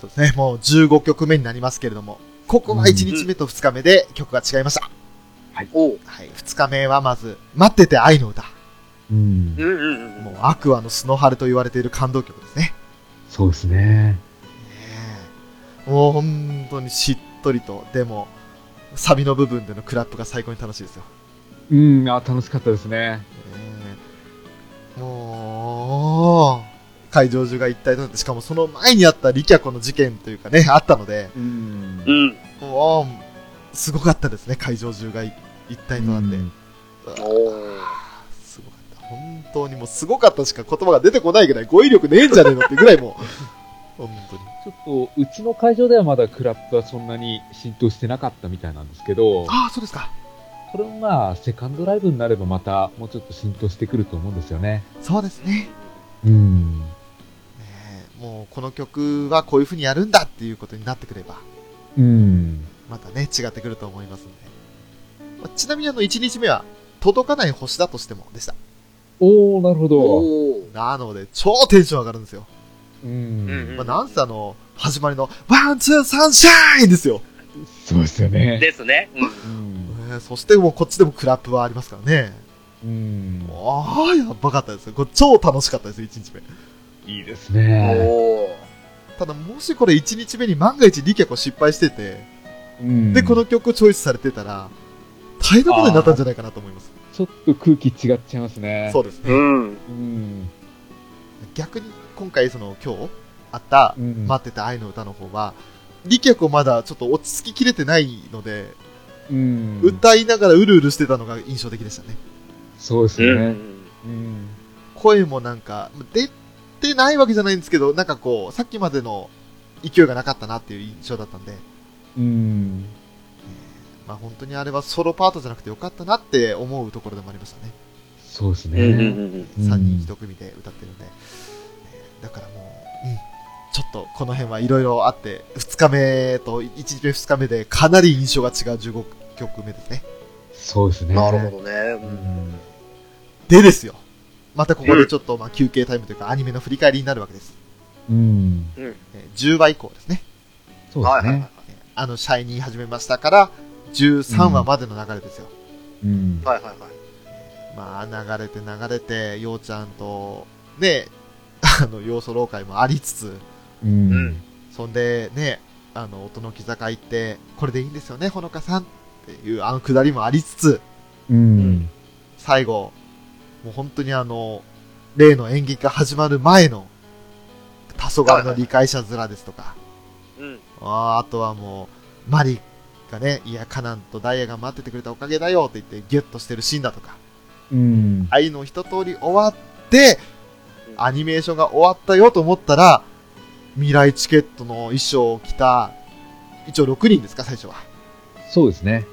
S1: そうですね、もう15曲目になりますけれども、ここは1日目と2日目で曲が違いました。
S3: おう。
S1: はい、2日目はまず、待ってて愛の歌。
S2: うん
S3: うんうんうん。
S1: もうアクアのスノハルと言われている感動曲ですね。
S2: そうですね、
S1: ねえもう本当にしっとりと、でも、サビの部分でのクラップが最高に楽しいですよ。
S2: うん、あ楽しかったですね、
S1: ねえもう、会場中が一体となって、しかもその前にあったリキャコの事件というかね、あったので、
S2: うん
S3: う、ん。
S1: もう、すごかったですね、会場中が一体となって。うわ
S3: おー。
S1: すごかった。本当にもうすごかったしか言葉が出てこないぐらい語彙力ねえんじゃねえのってぐらいもう、本当に。
S2: ちょっとうちの会場ではまだクラップはそんなに浸透してなかったみたいなんですけど、
S1: ああ、そうですか。
S2: これもまあ、セカンドライブになればまたもうちょっと浸透してくると思うんですよね。
S1: そうですね。
S2: うん、
S1: ねえもうこの曲はこういう風にやるんだっていうことになってくれば、
S2: うん、
S1: またね、違ってくると思いますんで。まあちなみにあの、1日目は、届かない星だとしてもでした。
S2: おー、なるほど。
S3: おー
S1: なので、超テンション上がるんですよ。
S2: う
S3: うん
S2: ん。
S1: まあ、なんせあの、始まりの、ワン、ツー、サンシャインですよ。
S2: そうですよね。
S3: ですね。うん
S2: うん。
S1: えーそしてもうこっちでもクラップはありますからね。
S2: うん。
S1: ああ、やばかったですよ。これ超楽しかったですよ、1日目。
S2: いいですね。
S3: おー
S1: ただ、もしこれ1日目に万が一利脚を失敗してて、
S2: うん
S1: で、この曲チョイスされてたら、大変なことになったんじゃないかなと思います。
S2: ちょっと空気違っちゃいますね。
S1: そうですね。
S3: うん。
S2: うん。
S1: 逆に、今回その、今日あった
S2: う、ん。
S1: 待ってた愛の歌の方は、利脚をまだちょっと落ち着ききれてないので、
S2: うん。
S1: 歌いながらうるうるしてたのが印象的でしたね。
S2: そうです
S3: う
S2: ね。
S3: ん。
S2: うん。
S1: 声もなんか、出てないわけじゃないんですけど、なんかこう、さっきまでの勢いがなかったなっていう印象だったんで、
S2: うん。
S1: まあ本当にあれはソロパートじゃなくてよかったなって思うところでもありましたね。
S2: そうです
S3: うんうん
S2: ね。うん
S1: 3人1組で歌ってるんで。えーだからもう、うん。ちょっとこの辺はいろいろあって、2日目と1日目2日目でかなり印象が違う15曲目ですね。
S2: そうです
S3: う
S2: ね。
S3: んなるほど
S2: う
S3: ね。
S2: ん。
S1: でですよ。またここでちょっとまあ休憩タイムというかアニメの振り返りになるわけです。
S2: うん。
S3: う
S1: え
S3: ん。
S1: ー10話以降ですね。
S2: そう
S3: はい
S2: です
S3: はいはい
S2: ね。。
S1: あの、シャイニー始めましたから、13話までの流れですよ。
S2: うん。
S3: はいはいはい。
S1: まあ、流れて流れて、ようちゃんと、ね、あの、要素老会もありつつ、
S2: う
S3: うんん。
S1: そんで、ね、あの、音の木坂行って、これでいいんですよね、ほのかさんっていう、あの、くだりもありつつ、
S2: うん。
S1: 最後、もう本当にあの、例の演劇が始まる前の、黄昏の理解者面ですとか、
S3: うん。
S1: あーあとはもう、マリがね、いや、カナンとダイヤが待っててくれたおかげだよって言って、ギュッとしてるシーンだとか、
S2: うん。
S1: ああいうのを一通り終わって、アニメーションが終わったよと思ったら、未来チケットの衣装を着た、一応6人ですか、最初は。
S2: そうですね。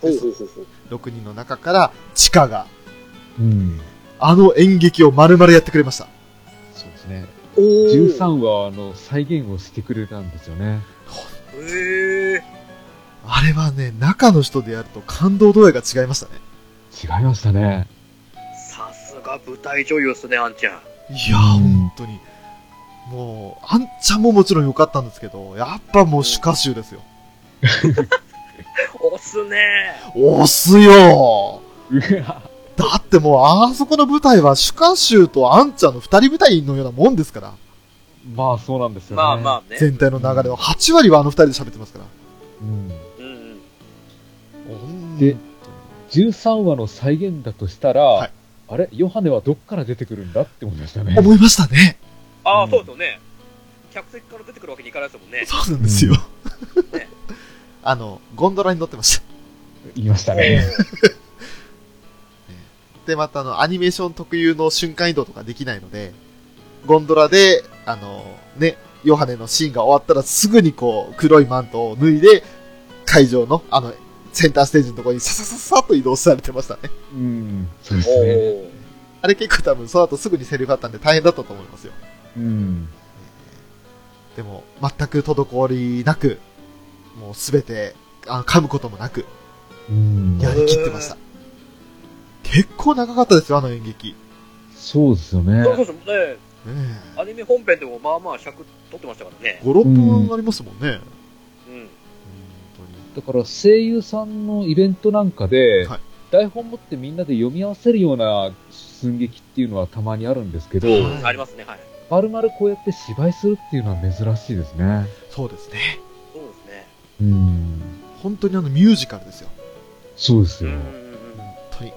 S3: ほうほうほうほう。
S1: 6人の中から、チカが、
S2: うん。
S1: あの演劇を丸々やってくれました。
S2: そうですね。
S3: おー。
S2: 13は、あの、再現をしてくれたんですよね。
S3: へえ。
S1: あれはね、中の人でやると感動度合いが違いましたね。
S2: 違いました
S3: (laughs)
S2: ね。
S3: さすが舞台女優っすね、あんちゃ
S1: い
S3: ん。
S1: やー、
S2: うん
S1: 本当に。もう、あんちゃんももちろん良かったんですけど、やっぱもう主歌集ですよ。
S3: おっすね
S1: 押すよ
S2: うわ
S1: だってもう、あそこの舞台は主歌集とあんちゃんの二人舞台のようなもんですから。
S2: まあ、そうなんですよね。
S3: まあまあね。
S1: 全体の流れの8割はあの二人で喋ってますから。
S2: うん。
S3: うんうん。
S2: で13話の再現だとしたら、
S1: はい
S2: あれヨハネはどっから出てくるんだって思いましたね。
S1: 思いましたね。
S3: あ
S2: う
S3: あ、
S2: ん
S3: そうですよね。客席から出てくるわけにいかないですもんね。
S1: そうなんですよ。
S3: うんね
S1: あの、ゴンドラに乗ってました。
S2: 言いました
S3: おー
S2: ね。
S1: で、またあの、アニメーション特有の瞬間移動とかできないので、ゴンドラで、あの、ね、ヨハネのシーンが終わったらすぐにこう、黒いマントを脱いで、会場の、あの、センターステージのところにささささっと移動されてましたね。
S2: うん。そうですね。
S3: おー。
S1: あれ結構多分その後すぐにセリフあったんで大変だったと思いますよ。
S2: うん。
S1: でも、全く滞りなく、もうすべて、あ噛むこともなく、
S2: うん。
S1: やりきってました。結構長かったですよ、あの演劇。
S2: そうですよね。
S3: そうそうそう。ね
S1: ね
S3: アニメ本編でもまあまあ尺取ってましたからね
S1: え。5、6分ありますもんね。
S3: うん。
S1: 本当に
S2: だから声優さんのイベントなんかで、
S1: はい
S2: 台本持ってみんなで読み合わせるような寸劇っていうのはたまにあるんですけど、
S1: はい
S3: ありますね、はい。
S2: まるまるこうやって芝居するっていうのは珍しいですね。
S1: そうですね。
S3: そうですね。
S2: うん。
S1: 本当にあのミュージカルですよ。
S2: そうです
S3: うん
S2: よ
S3: う。ん
S1: 本当に。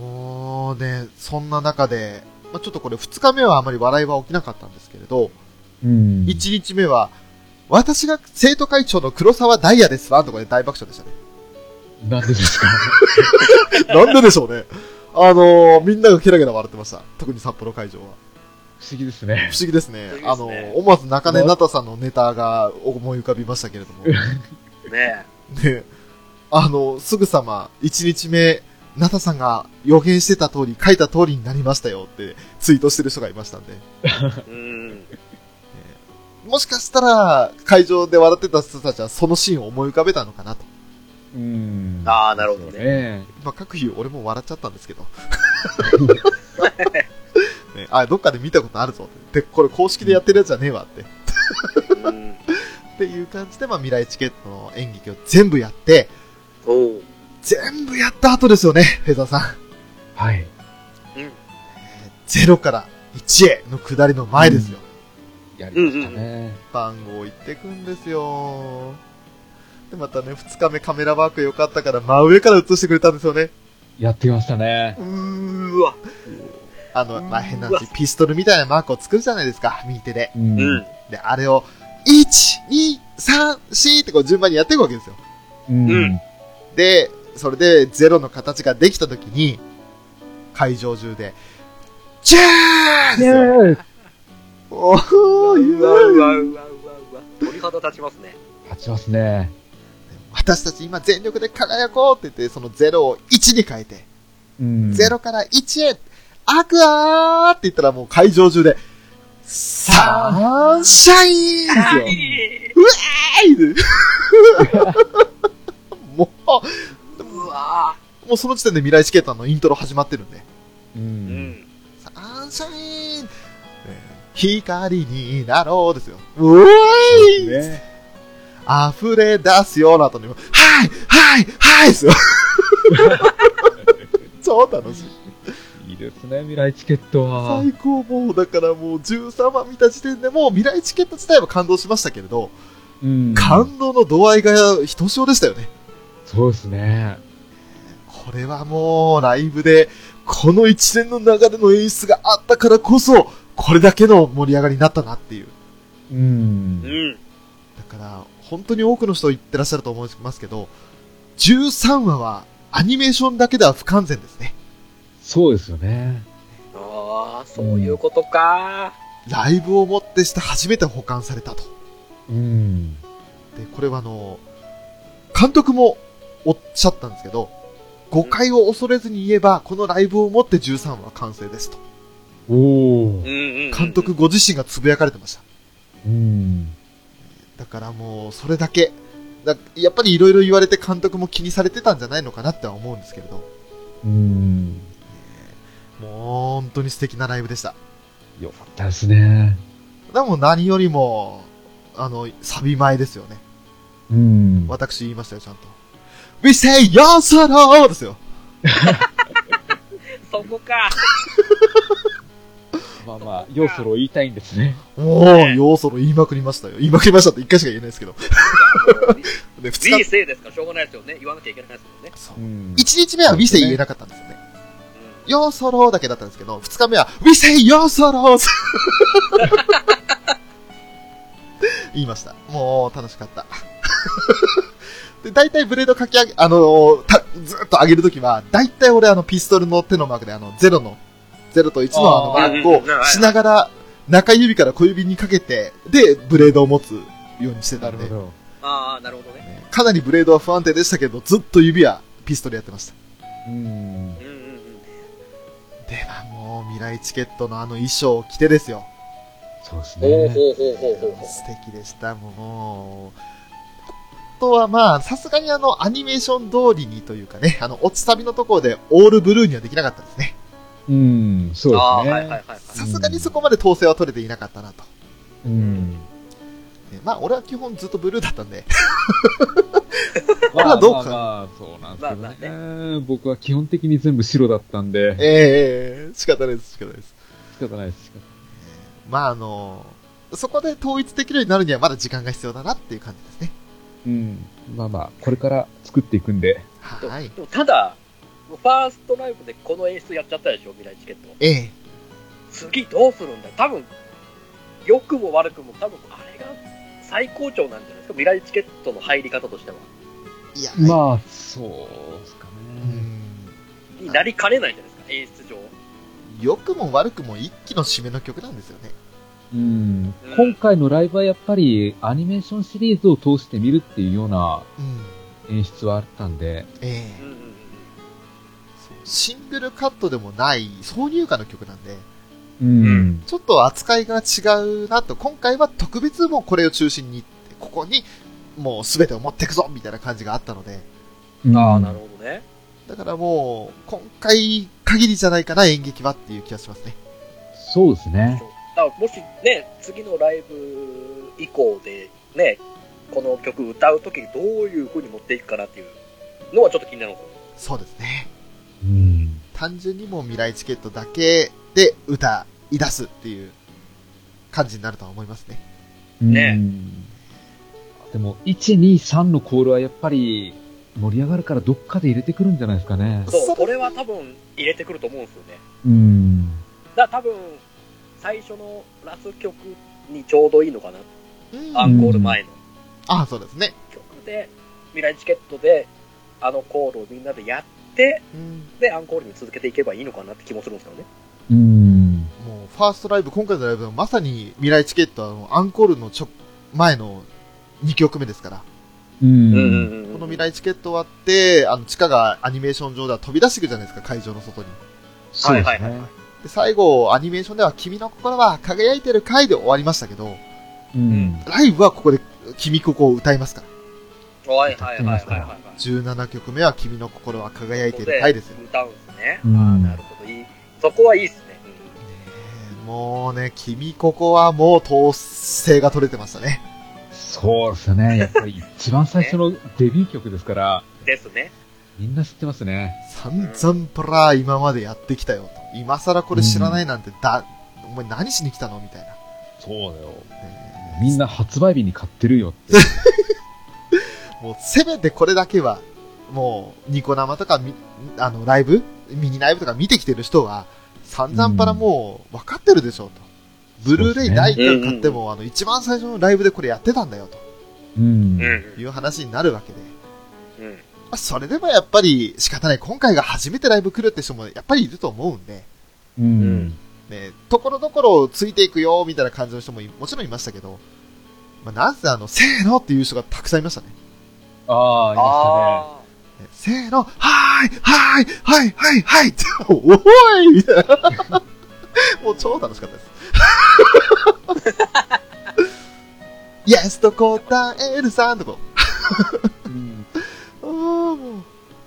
S1: もうね、そんな中で、まあ、ちょっとこれ2日目はあまり笑いは起きなかったんですけれど、
S2: うん。
S1: 1日目は、私が生徒会長の黒沢ダイヤですわ、とかで大爆笑でしたね。
S2: なんでですか (laughs)
S1: なんででしょうね。あのーみんながケラケラ笑ってました。特に札幌会場は。
S2: 不思議ですね。
S1: 不思議ですね。
S3: 不
S1: あ
S3: 思議
S1: の
S3: ですね
S1: ー思わず中根なたさんのネタが思い浮かびましたけれど (laughs) も。
S3: うん。ね
S1: ね、あの、すぐさま、1日目、ナタさんが予言してた通り、書いた通りになりましたよってツイートしてる人がいましたんで、
S3: え。うん。
S1: もしかしたら、会場で笑ってた人たちはそのシーンを思い浮かべたのかなと。
S2: ううん。
S3: あーなるほどね
S2: そうね。
S1: まあ、各日俺も笑っちゃったんですけ
S3: (laughs)
S1: ど。ね、あ、どっかで見たことあるぞって。で、これ公式でやってるやつじゃねえわって。
S3: うん。
S1: っていう感じで、まあ、未来チケットの演劇を全部やって、
S3: おう。
S1: 全部やった後ですよね、フェザーさん。
S2: はい。
S3: うん。
S1: 0から1への下りの前ですよ。
S2: やりましたね。
S1: 番号言ってくんですよ。で、またね、2日目カメラワーク良かったから、真上から映してくれたんですよね。
S2: やってきましたね。
S1: うーわ。あの、まあ、変な
S3: うわ
S1: 話、ピストルみたいなマークを作るじゃないですか、右手で。
S2: う
S3: うん。。
S1: で、あれを、1、2、3、4ってこう順番にやっていくわけですよ。
S2: うん。
S3: うん
S1: で、それでゼロの形ができたときに、会場中で、ジャーンですよ。
S2: ね
S1: おー、
S3: う
S1: う
S3: わうわ
S1: わ
S3: うわうわうわ。鳥肌立ちますね。
S2: 立ちますね。
S1: 私たち今全力で輝こうって言って、そのゼロを1に変えて、
S2: うん。
S1: ゼロから1へ、アクアーって言ったらもう会場中で、サンシャインですよ。
S3: いう
S1: わーいで (laughs) も
S3: うわ
S1: う、もうその時点で未来チケットのイントロ始まってるんで。
S2: う。
S3: ーうんん。
S1: サンシャイン、えー光になろうですよ。うわーい、
S2: ね
S1: 溢れ出すような後にも、はいはいはい
S2: (laughs)
S1: ですよ。超楽しい。
S2: いいですね、未来チケットは。
S1: 最高もう、だからもう13話見た時点でもう未来チケット自体は感動しましたけれど、
S2: うん
S1: 感動の度合いがひとしおでしたよね。
S2: そうですね。
S1: これはもうライブで、この一連の流れの演出があったからこそ、これだけの盛り上がりになったなっていう。
S2: う。
S3: うんん。
S1: だから、本当に多くの人言ってらっしゃると思いますけど、13話はアニメーションだけでは不完全ですね。
S2: そうですよね。
S3: ああ、そういうことか。
S1: ライブをもってして初めて保管されたと。
S2: うん。
S1: で、これはあの、監督もおっしゃったんですけど、誤解を恐れずに言えば、このライブをもって13話完成ですと。
S2: おお
S3: うん。うんうん。
S1: 監督。ご自身がつぶやかれてました。
S2: うん。
S1: だからもう、それだけ。だやっぱりいろいろ言われて監督も気にされてたんじゃないのかなっては思うんですけれど、
S2: うん。
S1: もう本当に素敵なライブでした。
S2: よかったですね。
S1: でも何よりも、あの、サビ前ですよね。
S2: うん。
S1: 私言いましたよ、ちゃんと。We say your sorrow! ですよ。
S3: そこか。
S2: まあまあ、要素を言いたいんですね。
S1: もう、ようそろ言いまくりましたよ。言いまくりましたって一回しか言えないですけど。で、二
S3: いい
S1: 日、
S3: せいですから、しょうがないですよね。言わなきゃいけないですもんね。
S1: そうう。
S2: ん
S1: 一日目は We say 言えなかったんですよね。
S3: うん
S1: ようそろだけだったんですけど、二日目は We say ようそろ
S2: (laughs)
S1: 言いました。もう、楽しかった。で、大体ブレードかき上げ、あのーた、ずーっと上げるときは、大体俺あのピストルの手のマークであの、0の、0と1のあのマ
S2: あ
S1: ー
S2: ー
S1: クをしながら、中指から小指にかけて、で、ブレードを持つようにしてたんで、
S2: ど。
S3: ああ、なるほどね。
S1: ねかなりブレードは不安定でしたけど、ずっと指はピストルやってました。
S2: うん
S3: う。んうんうん。
S1: ではもう未来チケットのあの衣装を着てですよ。
S2: そうです
S3: ほう
S2: ね。
S3: ほうほうほうほうほう。
S1: 素敵でした、もう。あとはまあ、さすがにあのアニメーション通りにというかね、あの、落ちサビのところでオールブルーにはできなかったですね。
S2: うん。そう
S3: ああ、
S2: です
S3: はいはいはい
S2: ね。
S3: はい。
S1: さすがにそこまで統制は取れていなかったなと。
S2: うん。
S1: ねまあ、俺は基本ずっとブルーだったんで、
S2: ま
S1: れはどうか
S2: まあまあ、そうなん
S3: まあ
S2: です
S3: ま
S2: けどね。僕は基本的に全部白だったんで、
S1: ええ仕方ないです、仕方ないです。
S2: 仕方ないです。仕方ない
S1: まあ、あの、そこで統一できるようになるにはまだ時間が必要だなっていう感じですね。
S2: うん。まあまあ、これから作っていくんで。
S1: はい。
S3: でもただ、ファーストライブでこの演出やっちゃったでしょ、未来チケット。
S1: ええ
S3: 次どうするんだよ多分、良くも悪くも、多分あれが最高潮なんじゃないですか、未来チケットの入り方としては。
S1: いや、あ、
S2: まあ、そうですか
S1: う
S2: ね。
S1: ん。
S3: になりかねないじゃないですか、演出上。
S1: 良くも悪くも一気の締めの曲なんですよね。
S2: うん。今回のライブはやっぱりアニメーションシリーズを通して見るっていうような
S1: うん。
S2: 演出はあったんで、
S1: ええ
S3: うんうんうん
S1: シングルカットでもない挿入歌の曲なんで、
S2: うん。
S1: ちょっと扱いが違うなと、今回は特別もうこれを中心に、ここにもう全てを持ってくぞみたいな感じがあったので、
S3: ああ、なるほどね。
S1: だからもう、今回限りじゃないかな、演劇はっていう気がしますね。
S2: そうですね。
S3: だからもしね、次のライブ以降でね、この曲歌うときにどういう風に持っていくかなっていうのはちょっと気になるんです
S1: そ
S3: よ。
S1: うですね。
S2: うん。
S1: 単純にもう未来チケットだけで歌い出すっていう感じになるとは思いますね。
S3: ね
S2: うんでも、1、2、3のコールはやっぱり盛り上がるからどっかで入れてくるんじゃないですかね。
S1: そ
S3: そうう、これは多分入れてくると思うんですよね。
S2: うん。
S3: だから多分、最初のラス曲にちょうどいいのかな。
S1: うん。
S3: ア
S1: あ
S3: ンコール前の
S1: あ、そうですね。
S3: 曲で、未来チケットで、あのコールをみんなでやって、
S1: うん。
S3: で、アンコールに続けていけばいいのかなって気もするんですよね。
S2: うん。
S1: もう、ファーストライブ、今回のライブはまさに未来チケットはあのアンコールのちょ前の2曲目ですから、
S2: う。
S3: うんん
S1: この未来チケット終わって、あの、地下がアニメーション上では飛び出していくじゃないですか、会場の外に。
S2: そうですね。
S3: はいはいはいは
S1: で、最後、アニメーションでは君の心は輝いてる回で終わりましたけど、
S2: うん。
S1: ライブはここで君ここを歌いますから。
S3: はいはいはいはいはい、はい。
S1: 17曲目は君の心は輝いてる回ですよ。ね
S3: 歌うんですね。
S2: うん
S3: ああ、なるほど。いい。そこはいいですね。うん
S1: えもうね、君ここはもう統制が取れてましたね。
S2: そうですね。やっぱり一番最初のデビュー曲ですから、
S3: ですね。
S2: みんな知ってますね。
S1: 散々プラ今までやってきたよと。今更これ知らないなんてだ、お前何しに来たのみたいな。
S2: そうだよ。
S1: ね
S2: みんな発売日に買ってるよって。
S1: もうせめてこれだけは、もうニコ生とかみ、あの、ライブミニライブとか見てきてる人は、散々パラもう分かってるでしょうと。ブルーレイ第1巻買っても、あの、一番最初のライブでこれやってたんだよと
S2: うん。
S1: い
S3: ん。
S1: う話になるわけで。
S3: うん。
S1: まあそれでもやっぱり仕方ない。今回が初めてライブ来るって人もやっぱりいると思うんで、
S2: うん。
S1: ね、ところどころついていくよ、みたいな感じの人もいもちろんいましたけど、まあ、なんせあの、せーのっていう人がたくさんいましたね。
S2: ああ、いましたね。
S3: あ
S1: ねせーの、はーい、はーい、はい、はい、はいって、おーいみたいな。 (laughs) もう超楽しかったです。 (laughs) イエスと答えるさんとこ、
S2: うん
S1: あーもう、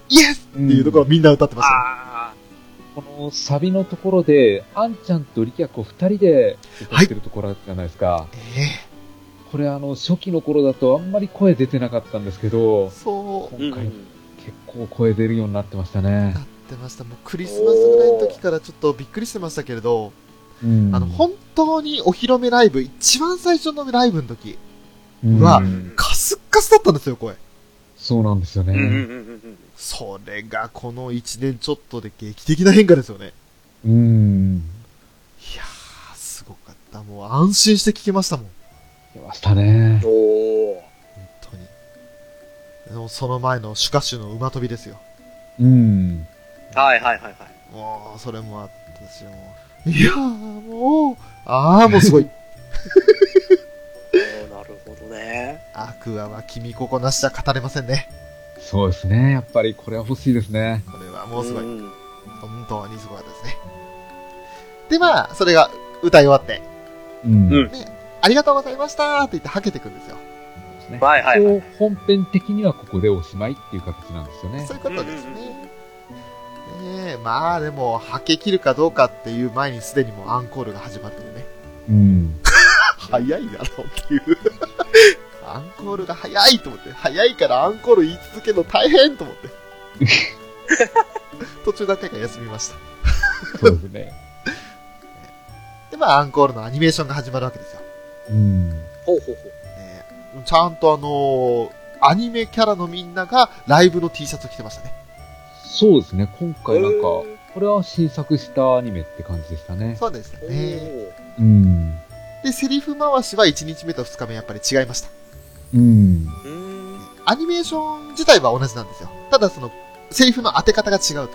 S1: イエス
S2: う
S1: っ
S2: ん
S1: ていうところみんな歌ってま
S3: あ。
S1: したね、
S3: ああ。
S2: このサビのところで、あんちゃんとりきゃこ二人で歌ってるところじゃないですか。
S1: ええ
S2: これあの、初期の頃だとあんまり声出てなかったんですけど、
S1: そう。
S2: 今回結構声出るようになってましたね
S1: な。ってました。もうクリスマスぐらいの時からちょっとびっくりしてましたけれど、
S2: うん
S1: あの、本当にお披露目ライブ、一番最初のライブの時、は
S2: うん
S1: カスッカスだったんですよ、声。
S2: そうなんですよ
S3: うんうん
S2: ね。
S3: うんうん
S1: それがこの1年ちょっとで劇的な変化ですよね。い
S2: うん。
S1: やー、すごかった。もう安心して聞けましたもん、
S2: 出ましたね
S3: うん。。おー。
S1: 本当に。でもその前の主歌手の馬跳びですよ。
S2: うん。
S3: はいはいはいはい。
S1: もう、それもあったし、もう。いやー、もう、あー、もう
S2: (laughs)
S1: すごい。
S3: おーなるほどね。
S1: アクアは君ここなしじゃ語れませんね。
S2: そうですね。やっぱりこれは欲しいですね。
S1: これはもうすごい。
S3: んん
S1: 本当にすごかったですね。で、まあ、それが歌い終わって、
S2: うん。
S3: うん
S1: ありがとうございましたって言ってはけてくんですよ。
S2: ね
S3: はいはいは
S2: 一
S3: い
S2: 応本編的にはここでおしまいっていう形なんですよね
S1: そう。いうことですね。ねえ、まあでも、はけ切るかどうかっていう前にすでにもうアンコールが始まってるね。
S2: うん。
S1: 早いだろっていう。アンコールが早いと思って、早いからアンコール言い続けるの大変と思 (laughs) って。途中何回か休みました。
S2: そうですね。
S1: で、まあアンコールのアニメーションが始まるわけですよ。
S2: うん。
S3: ほうほうほう。
S1: ねちゃんとあのーアニメキャラのみんながライブの T シャツを着てましたね。
S2: そうですね。今回なんか、
S3: お
S2: これは新作したアニメって感じでしたね。
S1: そうです
S3: お
S1: ね。
S3: ー
S2: うん。
S1: で、セリフ回しは1日目と2日目やっぱり違いました。
S2: うん。
S3: うーん。
S1: アニメーション自体は同じなんですよ。ただその、セリフの当て方が違うという。
S3: ほう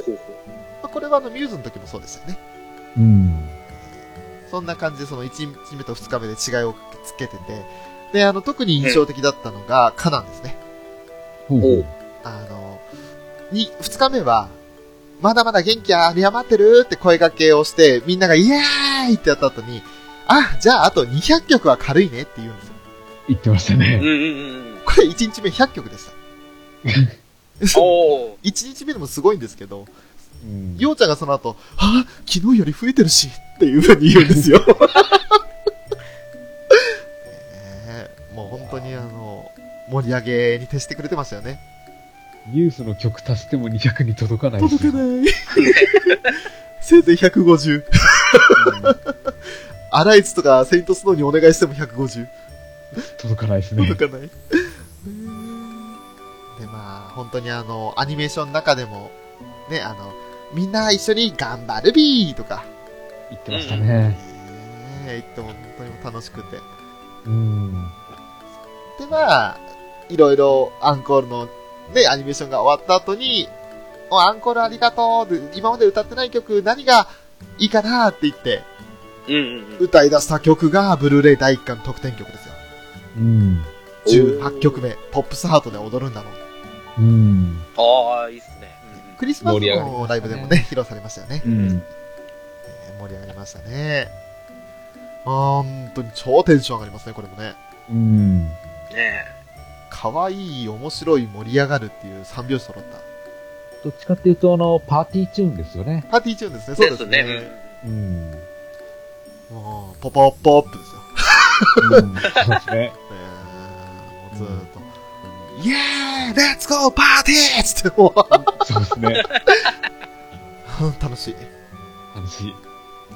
S3: ほうほ
S1: まあこれはあの、ミューズの時もそうでしたよね。
S2: うん。
S1: そんな感じでその1日目と2日目で違いをつけてて、で、あの、特に印象的だったのが、カナンですね。
S2: ほうほう。
S1: あの、に、2日目は、まだまだ元気あり余ってるって声掛けをして、みんながイエーイってやった後に、あ、じゃああと200曲は軽いねって言うんですよ。
S2: 言ってました
S3: う。うん
S2: ね。
S3: うんうんうん。
S1: これ1日目100曲でした。
S3: (laughs) おー
S1: 1日目でもすごいんですけど、
S2: うん
S1: ようちゃんがその後、はぁ、昨日より増えてるし、っていうふうに言うんですよ。 (laughs) ねえもう本当にあの、盛り上げに徹してくれてましたよね。
S2: ニュースの曲足しても200に届かないし
S1: 届かない。せいぜい150。アライズとかセイントスノーにお願いしても150。
S2: 届かないですね。
S1: 届かない。で、まあ、本当にあの、アニメーションの中でも、ね、あの、みんな一緒に頑張るビーとか、
S2: 言ってましたね。
S1: ねえ、いっても本当に楽しくて。
S2: うん。
S1: で、まあ、いろいろアンコールのね、アニメーションが終わった後に、おアンコールありがとうで今まで歌ってない曲何がいいかなって言って、
S3: うんうんうん。
S1: 歌い出した曲がブルーレイ第1巻の特典曲ですよ。
S2: うん。
S1: 18曲目、ポップスハートで踊るんだろう。
S2: うん。
S3: ああ、いいっすね。
S1: クリスマス
S2: 盛り上がりま
S1: の
S2: したね
S1: ライブでもね、披露されましたよね。
S2: うん。
S1: えー盛り上がりましたね。あー本当に超テンション上がりますね、これもね。
S2: うん。
S3: ね
S1: 可愛い、面白い、盛り上がるっていう3拍子揃った。
S2: どっちかっていうと、あの、パーティーチューンですよね。
S1: パーティーチューンですね、
S3: え。
S1: そうですね。
S2: うん。
S1: もう、ポポッポップですよ。
S2: うん、そうですね。
S1: えー、もうずーっと。イエーイレッツゴーパーティーつって、も
S2: そうですね。
S1: う、 (laughs) 楽しい。
S2: 楽しい。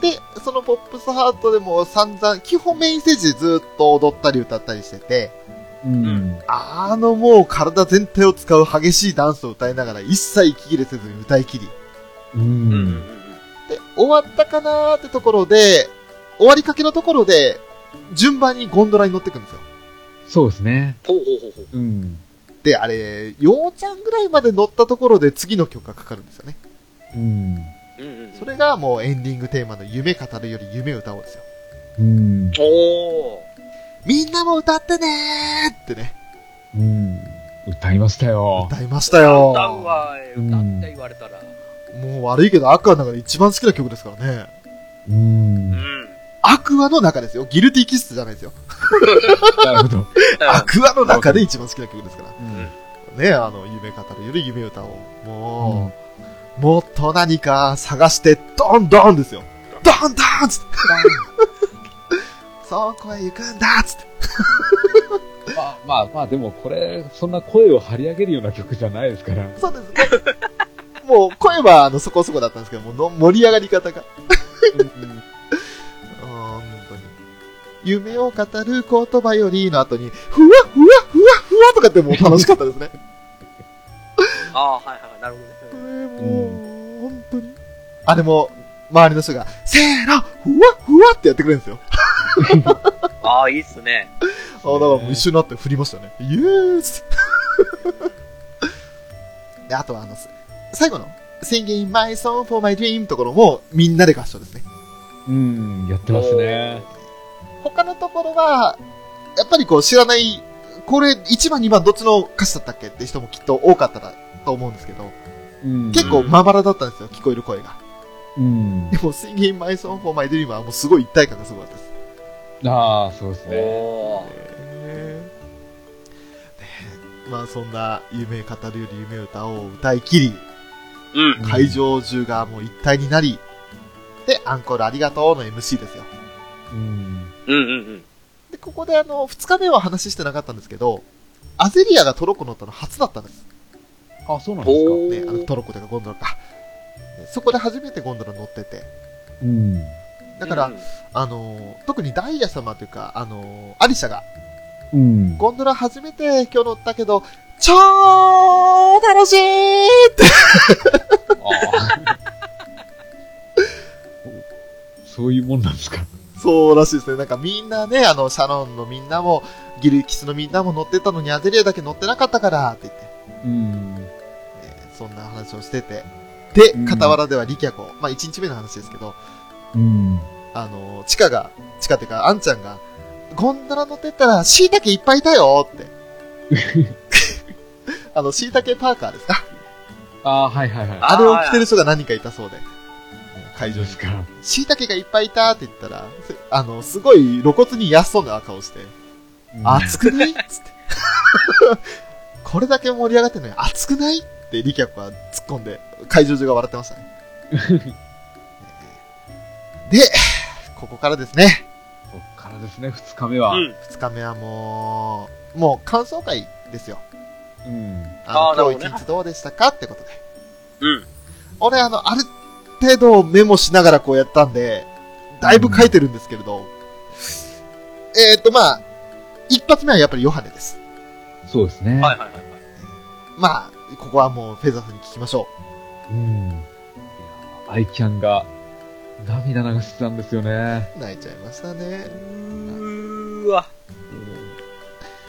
S1: で、そのポップスハートでも散々、基本メインステージでずーっと踊ったり歌ったりしてて、
S2: うん。
S1: あのもう体全体を使う激しいダンスを歌いながら一切息切れせずに歌い切り。
S2: う
S3: うんうんうん
S2: ん。
S1: で、終わったかなーってところで、終わりかけのところで、順番にゴンドラに乗ってくんですよ。
S2: そうですね。
S3: ほうほうほうほう。
S2: うん。
S1: で、あれ、ようちゃんぐらいまで乗ったところで次の曲がかかるんですよね。
S2: うん。
S3: うんうんうん
S1: それがもうエンディングテーマの夢語るより夢歌おうですよ。
S2: うん。
S3: おー
S1: みんなも歌ってねーってね、
S2: うん。歌いましたよ。
S1: 歌いましたよ。
S3: 歌うわい、
S2: うん
S3: 歌って言われたら。
S1: もう悪いけど、アクアの中で一番好きな曲ですからね。
S2: う。
S3: うん
S2: な
S3: な
S1: アクアの中ですよ。ギルティキスじゃないですよ。
S2: るほど。
S1: アクアの中で一番好きな曲ですから。
S2: うん。
S1: ね、あの、夢語るより夢歌を。もう、もっと何か探して、ドンドンですよ。ドンドンつって。 (laughs) そこへ行くんだつって。
S2: まあまあまあ、でもこれ、そんな声を張り上げるような曲じゃないですから。
S1: そうですね。もう、声は、あの、そこそこだったんですけど、もうの、盛り上がり方が。うん本当に。夢を語る言葉よりの後に、ふわふわふわふわとかってもう楽しかったですね。
S3: ああ、はいはいはい、なるほ
S1: (laughs) え
S3: どね。
S1: ーもう、本当に。あれも、周りの人が、せーの、ふわふわってやってくれるんですよ。
S3: ああ、いいっすね。
S1: あだからもう一緒になって振りましたね。イエーイで、あとはあの、最後の、Singing my song for my dream ところも、みんなで合唱ですね。
S2: うん。やってますね。
S1: 他のところは、やっぱりこう知らない、これ1番2番どっちの歌詞だったっけって人もきっと多かったと思うんですけど、
S2: うん。
S1: 結構まばらだったんですよ、聞こえる声が。
S2: うん
S1: で。も、Singing My Song for My Dream はもうすごい一体感がすごかったです。
S2: ああ、そうですね。
S3: おー
S1: ねまあそんな夢語るより夢歌を歌いきり、
S3: うん。
S1: 会場中がもう一体になり、で、アンコールありがとうの MC ですよ。
S2: うん。
S3: うんうんうん。
S1: で、ここであの、二日目は話してなかったんですけど、アゼリアがトロッコ乗ったの初だったんです。
S2: あ、そうなんですか。
S3: お
S1: ね、あの
S3: ー
S1: トロッコというかゴンドラか。ねそこで初めてゴンドラ乗ってて。
S2: うん。
S1: だから、
S3: うん
S1: あのー、特にダイヤ様というか、あのー、アリシャが、
S2: うん。
S1: ゴンドラ初めて今日乗ったけど、超楽しいって。
S2: そういうもんなんですか。
S1: そうらしいですね。なんかみんなね、あの、シャロンのみんなも、ギルキスのみんなも乗ってたのにアゼリアだけ乗ってなかったからって言って、
S2: うん。
S1: ねそんな話をしてて。で
S2: うん、
S1: 傍らではリキャコ、まあ1日目の話ですけど、
S2: うん。
S1: あの、チカが、チカっていうか、アンちゃんが、ゴンドラ乗ってったら、椎茸いっぱいいたよって。あの、椎茸パーカーですか
S2: ああ、はいはいはい。
S1: あれを着てる人が何人かいたそうで。
S2: 会場ですか。
S1: 椎茸がいっぱいいたって言ったら、せあの、すごい露骨に安そうな顔して、 (laughs)
S2: うん
S1: 熱くねっつって。これだけ盛り上がってるのに熱くないってリキャップは突っ込んで、会場中が笑ってましたね。で、ここからですね。
S2: こっからですね、二日目は。
S3: うん。
S1: 2日目はもう、もう感想会ですよ。
S2: うん。
S1: あ
S3: あーな
S1: の、
S3: るほど
S1: 今
S3: ね
S1: 日一日どうでしたかってことで。
S3: うん。
S1: 俺、あの、ある程度メモしながらこうやったんで、だいぶ書いてるんですけれど、えっ、ー、と、まあ、一発目はやっぱりヨハネです。
S2: そうですね。
S3: はいはいはいはい。
S1: まあ、ここはもうフェザーさんに聞きましょ
S2: うん。いやアイキャンが涙流してたんですよね。
S1: う。泣いちゃいましたね。
S3: うーわ。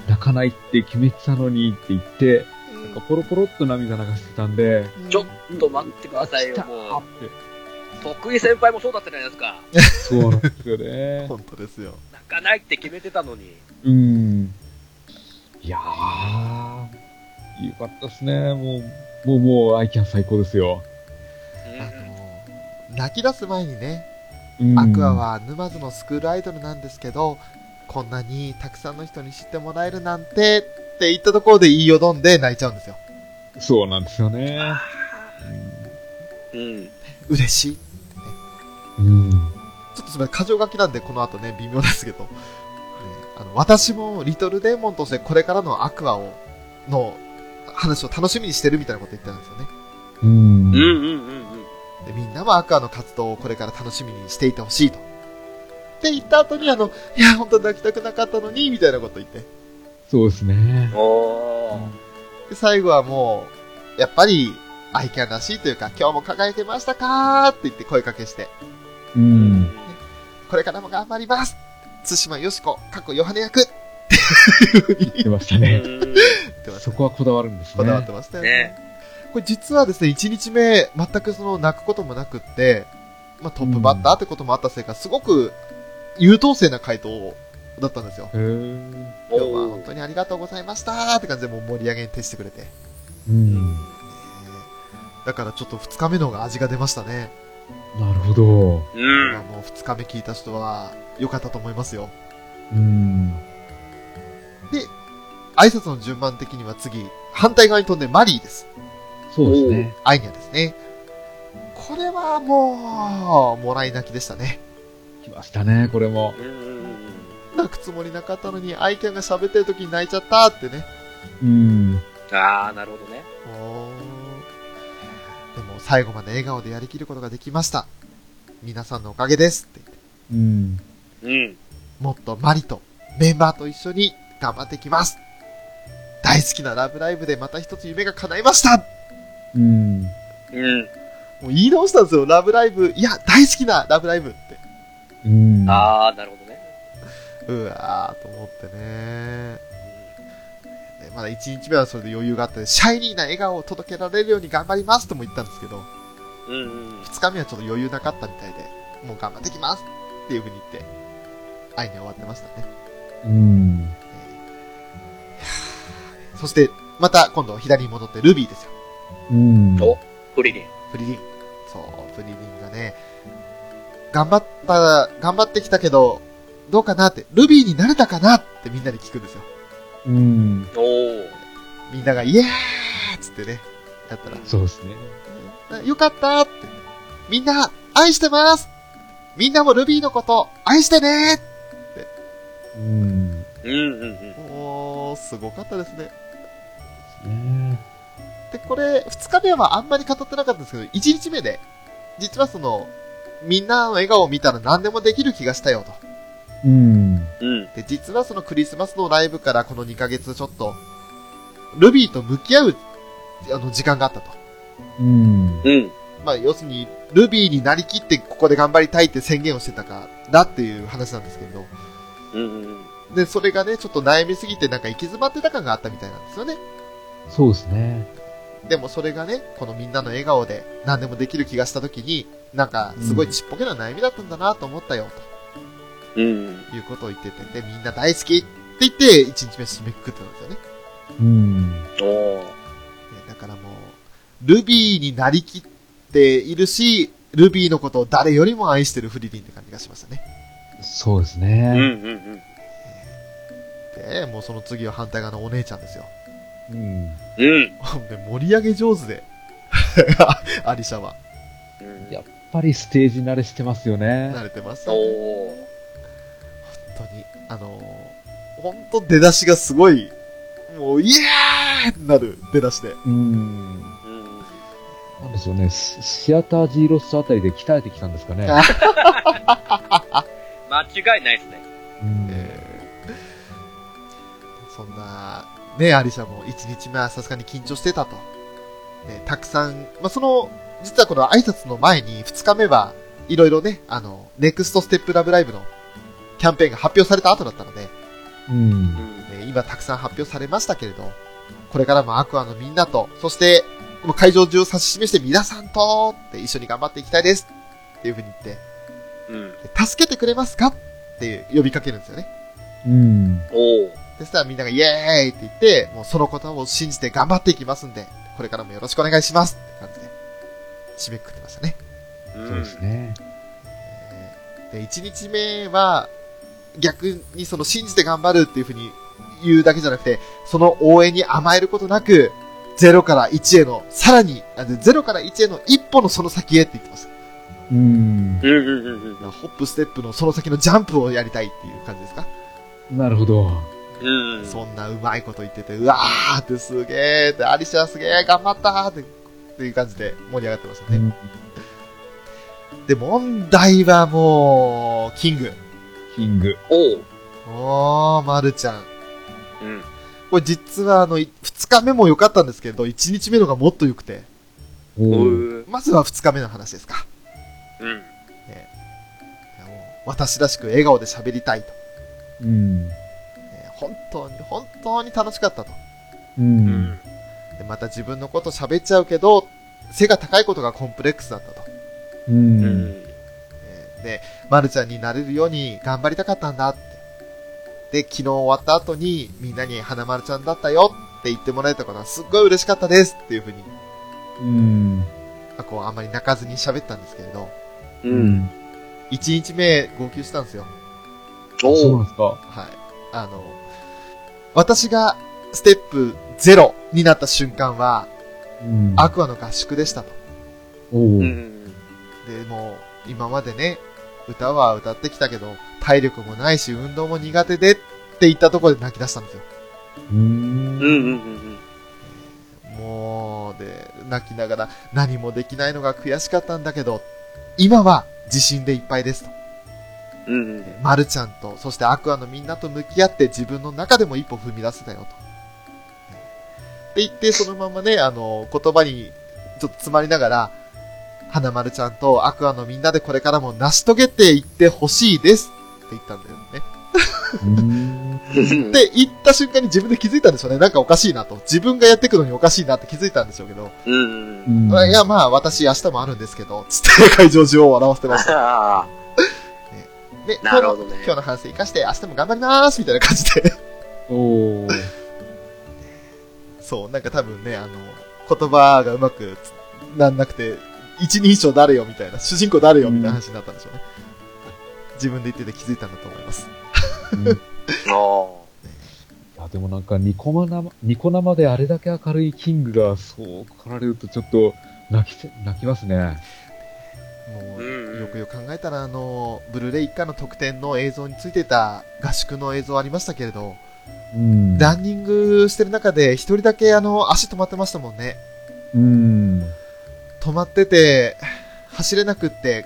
S2: 泣かないって決めてたのにって言って、なんかポロポロっと涙流してたんで、
S3: ちょっと待ってくださいよ、
S2: あ
S3: も
S2: っ
S3: う。
S2: て。
S3: 徳井先輩もそうだったじゃないですか。
S2: そうなんです
S1: (laughs)
S2: よね。
S1: 本当ですよ。
S3: 泣かないって決めてたのに。
S2: うん。いやー、よかったですね。もう、もう、もう、アイキャン最高ですよ。
S1: あの、泣き出す前にね、
S2: うん
S1: アクア。は沼津のスクールアイドルなんですけど、こんなにたくさんの人に知ってもらえるなんてって言ったところで言いよどんで泣いちゃうんですよ。
S2: そうなんですよね。
S3: うん。
S1: 嬉しい。
S2: うん。
S1: ちょっとすみません、箇条書きなんでこの後ね、微妙ですけど、ねあの私もリトルデーモンとしてこれからのアクアを、の話を楽しみにしてるみたいなこと言ってたんですよね。
S2: うん。
S3: うんう
S2: うん。
S3: んうんうん。
S1: でみんなもアクアの活動をこれから楽しみにしていてほしいと。って言った後にあの、いや、本当に泣きたくなかったのに、みたいなこと言って。
S2: そうですね。
S3: おー。
S1: で最後はもう、やっぱり、アイキャンらしいというか、今日も輝いてましたかーって言って声かけして、
S2: う。。
S3: うん
S1: これからも頑張ります対馬よしこ、過去ヨハネ役って
S2: 言ってました
S3: う
S2: ね。
S3: ん
S1: 言ってました
S2: そ
S1: ね
S2: こはこだわるんですね。
S1: こだわってましたよね。
S3: ね
S1: これ実はですね、1日目、全くその泣くこともなくって、まあ、トップバッターってこともあったせいか、すごく優等生な回答だったんですよ。
S2: へー
S1: 今日は
S3: お
S1: 本当
S3: ー。
S1: にありがとうございましたーって感じでもう盛り上げに徹してくれて。ね
S2: うん。
S1: だからちょっと2日目の方が味が出ましたね。
S2: なるほど。
S3: うん
S1: まあ。もう2日目聞いた人は良かったと思いますよ。
S2: うん。
S1: 挨拶の順番的には次、反対側に飛んでマリーです。
S2: そうですね。
S1: アイニャですね。これはもう、もらい泣きでしたね。
S2: 来ましたね、これも。
S3: うんうんうん
S1: 泣くつもりなかったのに、アイキャンが喋ってる時に泣いちゃったってね。
S2: うん。
S3: あー、なるほどね。
S1: おーでも最後まで笑顔でやりきることができました。皆さんのおかげですって言って。
S2: うん。
S3: うん。
S1: もっとマリとメンバーと一緒に頑張ってきます。大好きなラブライブでまた一つ夢が叶いました
S2: うん。
S3: うん。
S1: もう言い直したんですよ、ラブライブ。いや、大好きなラブライブって。
S2: うん。
S3: あー、なるほどね。
S1: うわーと思ってね。でまだ1日目はそれで余裕があって、シャイニーな笑顔を届けられるように頑張りますとも言ったんですけど、
S3: うんうん。
S1: 2日目はちょっと余裕なかったみたいで、もう頑張ってきますっていう風に言って、愛に終わってましたね。
S2: うん。
S1: そして、また今度左に戻ってルビーですよ。
S2: うん。
S3: おフリリン。
S1: プリリン。そう、プリリンがね、頑張った、頑張ってきたけど、どうかなって、ルビーになれたかなってみんなで聞くんですよ。
S2: うん。
S3: おー。
S1: みんなが、イエーイっつってね、やったら、
S2: そうですね。
S1: あよかったって。みんな、愛してますみんなもルビーのこと、愛してね
S2: うん。
S3: うんうんうん。
S1: おー、すごかったですね。
S2: ね
S1: で、これ、二日目はあんまり語ってなかったんですけど、一日目で、実はその、みんなの笑顔を見たら何でもできる気がしたよと。
S2: うん。
S3: うん。
S1: で、実はそのクリスマスのライブからこの2ヶ月ちょっと、ルビーと向き合う、あの、時間があったと。
S2: うん。
S3: うん。
S1: まあ、要するに、ルビーになりきってここで頑張りたいって宣言をしてたからっていう話なんですけれど。
S3: うんうんうん。
S1: で、それがね、ちょっと悩みすぎてなんか行き詰まってた感があったみたいなんですよね。
S2: そうですね。
S1: でもそれがね、このみんなの笑顔で何でもできる気がした時に、なんかすごいちっぽけな悩みだったんだなと思ったよ、
S3: うん。
S1: ということを言ってて、で、みんな大好きって言って、1日目締めくくってたんですよね。
S2: うん。
S3: おー。
S1: ねだからもう、ルビーになりきっているし、ルビーのことを誰よりも愛してるフリリンって感じがしましたね。
S2: そうです
S3: うん
S2: ね。
S3: うんうん。
S1: で、もうその次は反対側のお姉ちゃんですよ。 (laughs)
S2: うん。
S3: うん。
S1: 盛り上げ上手で、 (laughs) アリシャは
S3: うん
S2: やっぱりステージ慣れしてますよね。
S1: 慣れてます、
S3: お
S1: ね。
S3: お。
S1: 本当に、あのー、本当出だしがすごい、もう、イエーイってなる出だしで。
S2: うん。
S3: うん。
S2: なんでしょうね、シシアタージーロスあたりで鍛えてきたんですかね。
S1: あ
S3: 間違いないですね。
S2: うん
S1: えーそんな、ね、アリシャも1日目はさすがに緊張してたと。ね、たくさん、まあ、その、実はこの挨拶の前に2日目はいろいろね、あの、ネクストステップラブライブのキャンペーンが発表された後だったので、
S2: うん。
S1: えー今たくさん発表されましたけれど、これからもアクアのみんなと、そして、この会場中を指し示して皆さんと、って一緒に頑張っていきたいですっていう風に言って、
S3: うん。
S1: で助けてくれますかっていう呼びかけるんですよね。
S2: うん。
S3: おお。
S1: でしたらみんながイエーイって言って、もうその言葉を信じて頑張っていきますんで、これからもよろしくお願いしますって感じで、締めくくってましたね。
S2: そうですね。
S1: えーで、1日目は、逆にその信じて頑張るっていうふうに言うだけじゃなくて、その応援に甘えることなく、0から1への、さらに、あで0から1への一歩のその先へって言ってました。
S2: うん。
S3: うんうんうんうん。
S1: ホップ、ステップのその先のジャンプをやりたいっていう感じですか、
S2: なるほど。
S3: うんうん。
S1: そんなうまいこと言ってて、うわーってすげーって、アリシャすげー頑張ったーって、っていう感じで盛り上がってましたね。
S2: うん
S1: で、問題はもう、キング。
S2: キング。
S3: おお。
S1: おー、まるちゃん。
S3: うん。
S1: これ実はあの、い二日目も良かったんですけど、一日目のがもっと良くて。
S3: お
S2: おー
S3: う
S1: まずは二日目の話ですか。
S3: うん。
S1: いやもう私らしく笑顔で喋りたいと。
S2: うん。
S1: えー本当に、本当に楽しかったと。
S2: う
S3: うんん。。
S1: でまた自分のこと喋っちゃうけど、背が高いことがコンプレックスだったと。
S2: う。
S3: うんん。
S1: えーで、まるちゃんになれるように頑張りたかったんだって。で、昨日終わった後にみんなに花丸ちゃんだったよって言ってもらえたからすっごい嬉しかったですっていうふうに、
S2: うん。
S1: あこうあんまり泣かずに喋ったんですけれど、
S3: う。
S2: うんん。
S1: 1日目号泣したんですよ。
S2: そう
S3: お
S2: なん
S3: お。
S2: ですか。
S1: はい。あの、私がステップ0になった瞬間は、
S2: うん。
S1: アクアの合宿でしたと。
S2: おお
S3: う
S2: ー。
S3: ん。
S1: で、もう、今までね、歌は歌ってきたけど、体力もないし、運動も苦手でって言ったところで泣き出したんですよ。
S2: う
S3: うん
S2: ん
S3: う。んうん
S1: もう、で、泣きながら、何もできないのが悔しかったんだけど、今は自信でいっぱいですと。
S3: うん。うん。
S1: まるちゃんと、そしてアクアのみんなと向き合って自分の中でも一歩踏み出せたよと。って言って、そのままね、あの、言葉にちょっと詰まりながら、花丸ちゃんとアクアのみんなでこれからも成し遂げていってほしいですって言ったんだよね。
S2: うん。
S3: うん。
S1: で、言った瞬間に自分で気づいたんでしょうね。なんかおかしいなと。自分がやっていくのにおかしいなって気づいたんでしょうけど。
S3: うん。うん。
S1: いや、まあ私明日もあるんですけど、つって会場中を笑わせてました。
S3: あ
S1: で、
S3: (laughs) なるほ (laughs) ど
S1: 今日
S3: ね
S1: の今日の反省生かして明日も頑張りますみたいな感じで。
S2: おお。
S1: そう、なんか多分ね、あの、言葉がうまくつなんなくて、一人称誰よみたいな、主人公誰よみたいな話になったんでしょうね。自分で言ってて気づいたんだと思います。
S2: うんい
S3: あ。おお。
S2: や、でもなんか、ニコマ生、ニコ生であれだけ明るいキングが、そう、来られるとちょっと、泣きせ、泣きますね。
S1: もう、
S3: うんうん
S1: よくよく考えたら、あの、ブルーレイ以下の特典の映像についてた合宿の映像ありましたけれど、
S2: うん。
S1: ランニングしてる中で一人だけあの、足止まってましたもんね。
S2: うん。
S1: 止まってて、走れなくって、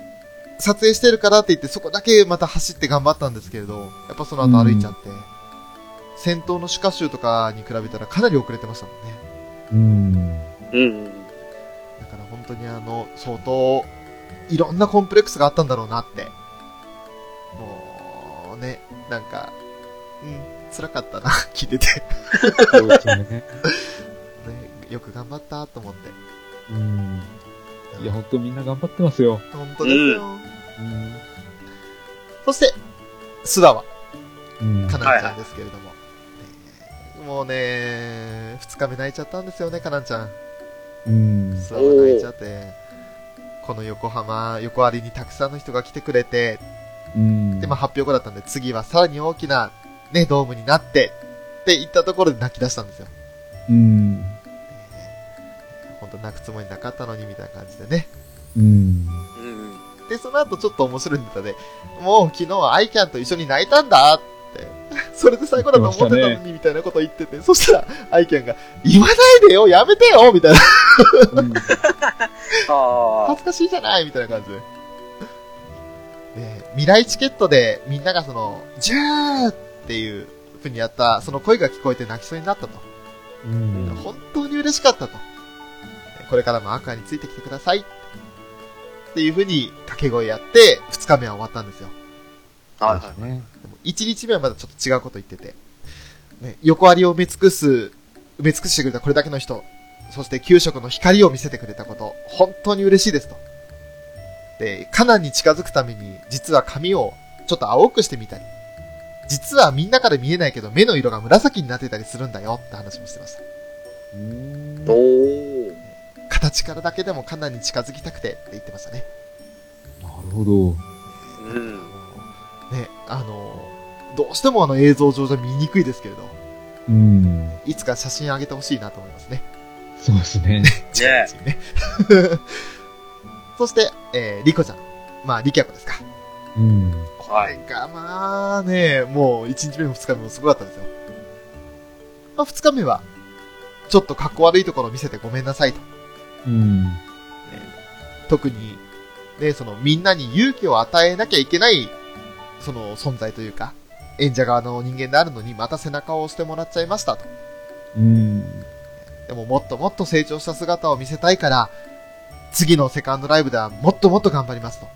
S1: 撮影してるからって言って、そこだけまた走って頑張ったんですけれど、やっぱその後歩いちゃって、先頭のシュカシュとかに比べたらかなり遅れてましたもんね。
S2: うん。
S3: (laughs) うん。
S1: だから本当にあの、相当、いろんなコンプレックスがあったんだろうなって。もう、ね、なんか、うん、辛かったな、聞いてて。
S2: そうですよね。
S1: ね、よく頑張ったと思って。
S2: うん。いや、ほんとみんな頑張ってますよ。
S1: 本当ですよ。
S2: うん。
S1: そして、須田は。
S2: うん。
S1: かなンちゃんですけれども、えーもうね、2日目泣いちゃったんですよね、かなンちゃん。
S2: うん。
S1: そう泣いちゃって、この横浜、横ありにたくさんの人が来てくれて、
S2: うん。
S1: で、まあ、発表後だったんで、次はさらに大きな、ね、ドームになって、って言ったところで泣き出したんですよ。
S2: うん。
S1: 本当泣くつもりなかったのにみたいな感じでね。
S2: うん。
S3: うん。
S1: で、その後ちょっと面白いネタで、もう昨日はアイキャンと一緒に泣いたんだって、それで最後だと思ってた
S2: 言って
S1: の
S2: ま
S1: にみたいなこと言ってて、そしたらアイキャンが、言わないでよやめてよみたいな、
S2: うん
S3: ああ
S1: 恥。ずかしいじゃないみたいな感じで。で、未来チケットでみんながその、ジューっていう風にやった、その声が聞こえて泣きそうになったと。 (laughs)
S2: うん。
S1: 本当に嬉しかったと。これからもアクアについてきてください。っていう風に掛け声やって、2日目は終わったんですよ。
S3: はい
S2: そうで
S3: はい
S2: す。ね。
S1: でも1日目はまだちょっと違うこと言ってて、ね、横割りを埋め尽くす、埋め尽くしてくれたこれだけの人、そして給食の光を見せてくれたこと、本当に嬉しいですと。で、カナンに近づくために、実は髪をちょっと青くしてみたり、実はみんなから見えないけど目の色が紫になってたりするんだよって話もしてました。
S2: うん
S3: おー。
S1: 形からだけでもカナンに近づきたくてって言ってましたね。
S2: なるほど。
S3: うん。
S1: ね、あの、どうしてもあの映像上じゃ見にくいですけれど、
S2: うん。
S1: いつか写真あげてほしいなと思いますね。
S2: そうですね。
S1: 近いうちにね。 (laughs) そして、えー、リコちゃん。まあ、リキャコですか。
S2: うん。
S1: これが、まあね、もう1日目も2日目もすごかったですよ。まあ、2日目は、ちょっと格好悪いところを見せてごめんなさいと。
S2: うん。
S1: 特に、ね、その、みんなに勇気を与えなきゃいけない、その、存在というか、演者側の人間であるのに、また背中を押してもらっちゃいましたと。
S2: うん。
S1: でももっともっと成長した姿を見せたいから、次のセカンドライブではもっともっと頑張りますと。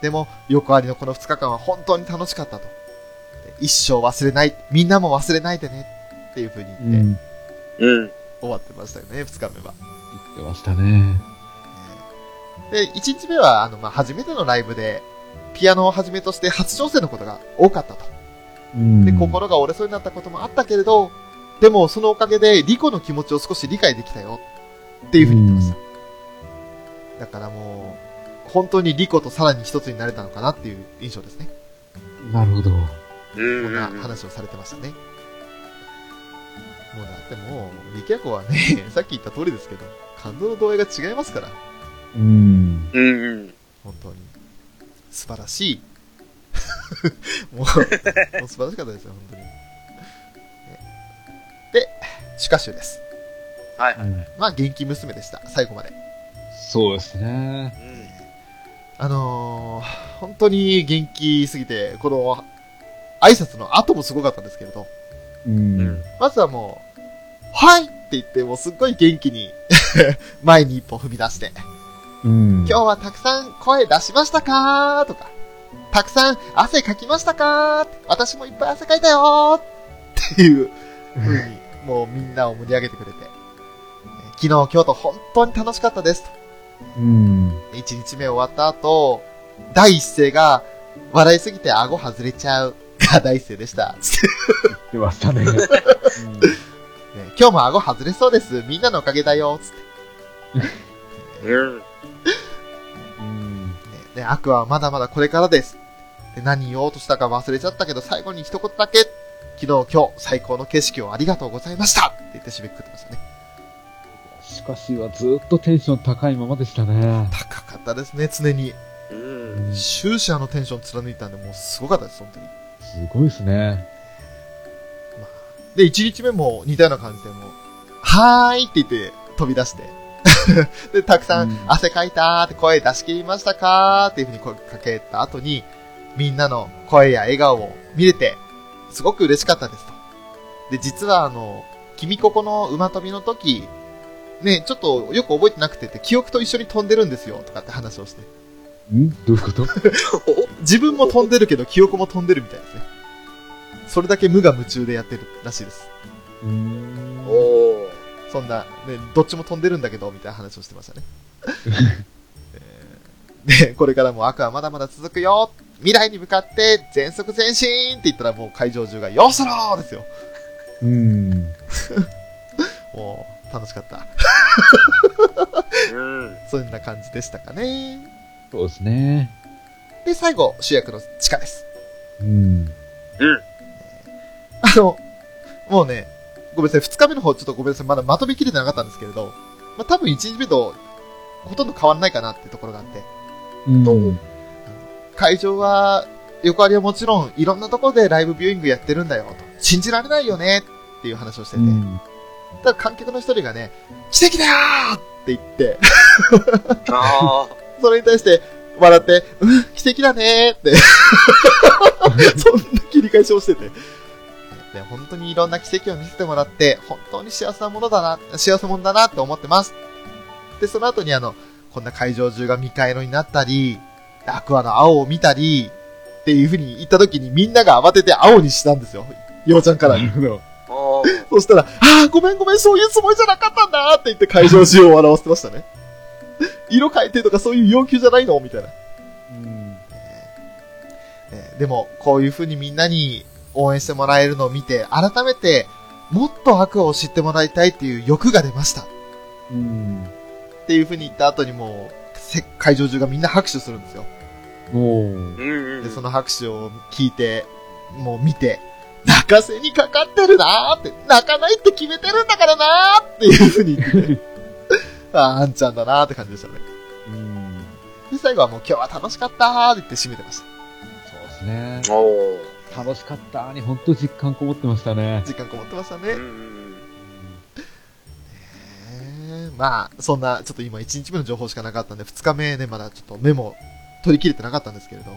S1: でも、横ありのこの2日間は本当に楽しかったと。で一生忘れない、みんなも忘れないでね、っていう風に
S2: う
S1: 言って
S2: ん。言
S3: うん。
S1: 終わってましたよね、2日目は。
S2: ってましたね。
S1: で、1日目は、あの、まあ、初めてのライブで、ピアノをはじめとして初挑戦のことが多かったと。
S2: うん。
S1: で、心が折れそうになったこともあったけれど、でもそのおかげでリコの気持ちを少し理解できたよっていうふうに言ってました。だからもう、本当にリコとさらに一つになれたのかなっていう印象ですね。
S2: なるほど。
S3: う
S1: こん
S3: ん。
S1: な話をされてましたね。もうだってもう、リキャコはね、 (laughs) さっき言った通りですけど、感動の度合いが違いますから、
S2: うん。
S3: うんうん。
S1: 本当に。素晴らしい。 (laughs) もう、もう素晴らしかったですよ、本当に。ねで、シュカシュです。
S3: はいはい。
S1: まあ、元気娘でした、最後まで。
S2: そうですね。
S1: あのー、本当に元気すぎて、この、挨拶の後もすごかったんですけれど、
S2: う
S3: うんん。。
S1: まずはもう、はいって言って、もうすっごい元気に、 (laughs) 前に一歩踏み出して、
S2: うん。
S1: 今日はたくさん声出しましたかーとか、たくさん汗かきましたかー私もいっぱい汗かいたよーっていう風に、もうみんなを盛り上げてくれて、えー昨日、今日と本当に楽しかったですと。
S2: うん。
S1: 1日目終わった後、第一声が、笑いすぎて顎外れちゃうが第一声でした。つって
S2: 言ってまし
S1: (laughs)
S2: たね。
S1: ね今日も顎外れそうです。みんなのおかげだよ。つって。ね
S3: うん。
S2: うん。
S1: ねアクアはまだまだこれからです。で何言おうとしたか忘れちゃったけど、最後に一言だけ、昨日、今日、最高の景色をありがとうございましたって言って締めくくってましたね。
S2: しかしはずっとテンション高いままでした
S1: (laughs)
S2: ね。
S1: 高かったですね、常に。
S3: うん。
S1: 終始あのテンション貫いたんで、もうすごかったです、本当に。
S2: すごいですね。
S1: で、1日目も似たような感じでもう、はーいって言って飛び出して、 (laughs) で、たくさ
S2: うんん
S1: 汗かいたーって声出し切りましたかーっていうふうに声かけた後に、みんなの声や笑顔を見れて、すごく嬉しかったですと。で、実はあの、君ここの馬跳びの時、ね、ちょっとよく覚えてなくてって、記憶と一緒に飛んでるんですよ、とかって話をして。
S2: んどういうこと
S1: 自分も飛んでるけど、記憶も飛んでるみたいですね。それだけ無我夢中でやってるらしいです。
S2: うん
S3: おおー。
S1: そんな、ね、どっちも飛んでるんだけど、みたいな話をしてましたね。 (laughs) えーで、これからも赤はまだまだ続くよ未来に向かって全速前進って言ったらもう会場中がよっしゃろーですよ。
S2: うん。
S1: もう、楽しかった。
S3: うん。
S1: そんな感じでしたかね。
S2: そうですね。
S1: で、最後、主役のチカです。
S2: うん。
S1: あの、もうね、ごめんなさい、2日目の方、ちょっとごめんなさい、まだまとめきれてなかったんですけれど、まあ、多分1日目とほとんど変わらないかなっていうところがあって、
S2: うん。
S1: 会場は、横ありはもちろん、いろんなところでライブビューイングやってるんだよ、と。信じられないよね、っていう話をしてて。
S2: うん。
S1: ただ観客の一人がね、奇跡だーって言って、
S3: あ
S1: それに対して、笑って、うん、奇跡だねーっ
S2: (laughs)
S1: て、そんな切り返しをしてて。で本当にいろんな奇跡を見せてもらって、本当に幸せなものだな、幸せもんだなって思ってます。で、その後にあの、こんな会場中が未開のになったり、アクアの青を見たり、っていう風に言った時にみんなが慌てて青にしたんですよ。ようちゃんから
S2: な。るほど。
S3: あ、あ
S1: そしたら、ああ、ごめんごめん、そういうつもりじゃなかったんだって言って会場中を笑わせてましたね。色変えてとかそういう要求じゃないのみたいな。
S2: うん。
S1: えーでも、こういう風にみんなに応援してもらえるのを見て、改めて、もっと悪を知ってもらいたいっていう欲が出ました。っ
S2: うん。
S1: ていう風に言った後にもう、せ会場中がみんな拍手するんですよ。
S2: お
S3: う
S2: ー
S3: んうんう
S1: で、
S3: ん。
S1: その拍手を聞いて、もう見て、泣かせにかかってるなーって、泣かないって決めてるんだからなーっていう風に言って、あーあんちゃんだなーって感じでしたね。
S2: うん。
S1: で、最後はもう今日は楽しかったーって言って締めてました。
S2: そうですね。
S3: お
S2: 楽しかったに本当実感こもってましたね。
S1: 時間こもってました
S3: ーう
S1: ね。
S3: ん
S1: へーまあ、そんな、ちょっと今1日目の情報しかなかったんで、2日目ね、まだちょっとメモ取り切れてなかったんですけれど、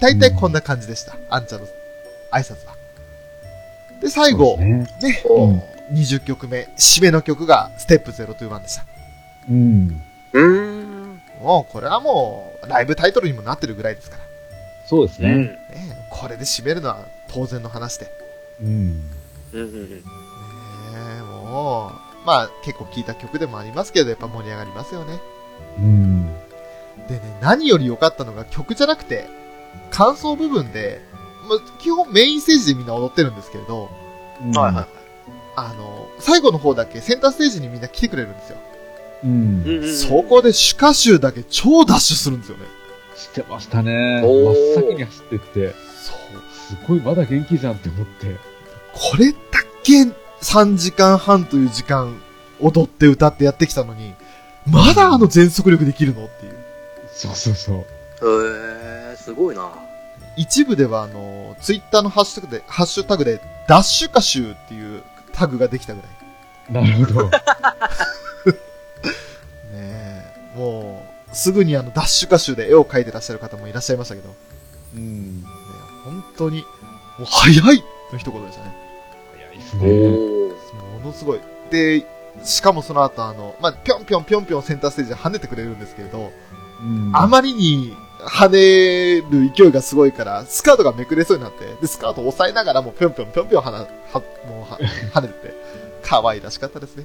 S1: 大体こんな感じでした。あんちゃんの挨拶は。で、最後、
S2: そう
S1: ね
S2: ですね
S3: おー
S1: 20曲目、締めの曲が、ステップ021でした。
S2: うん。
S3: うん。
S1: もう、これはもう、ライブタイトルにもなってるぐらいですか
S2: そうです
S3: う
S2: ね。
S3: ん。
S1: ら。ね、これで締めるのは当然の話で。
S2: うん。
S3: うんうん
S1: ねえもう、まあ結構聴いた曲でもありますけど、やっぱ盛り上がりますよね。
S2: うん。
S1: でね、何より良かったのが曲じゃなくて、感想部分で、まあ、基本メインステージでみんな踊ってるんですけれど、
S3: うん。はいは
S1: あの、最後の方だけセンターステージにみんな来てくれるんですよ。
S2: い。う。
S3: い。うんんうん。
S1: そこで主歌集だけ超ダッシュするんですよね。
S2: してましたね。
S3: おー
S2: 真っ先に走ってって、
S1: そう。
S2: すごいまだ元気じゃんって思って。
S1: これだけ3時間半という時間踊って歌ってやってきたのに、まだあの全速力できるのっていう。
S2: そうそうそう。
S3: へえ、すごいな。
S1: 一部ではあの、ツイッターのハッシュタグで、ハッシュタグで、ダッシュ歌集っていうタグができたぐらい。
S2: なるほど。
S1: ねえ、もう、すぐにあの、ダッシュ歌集で絵を描いてらっしゃる方もいらっしゃいましたけど、ね
S2: うん。
S1: え本当に、もう、早いの一言でしたね。
S2: 早いです
S3: お
S2: ね。
S3: お。
S1: ものすごい。で、しかもその後あの、まあ、ぴょんぴょんぴょんぴょんセンターステージで跳ねてくれるんですけれど、
S2: うん
S1: あまりに跳ねる勢いがすごいから、スカートがめくれそうになって、で、スカートを押さえながらもうぴょんぴょんぴょんぴょんはな、は、もうは、跳ねてて、可愛らしかったですね。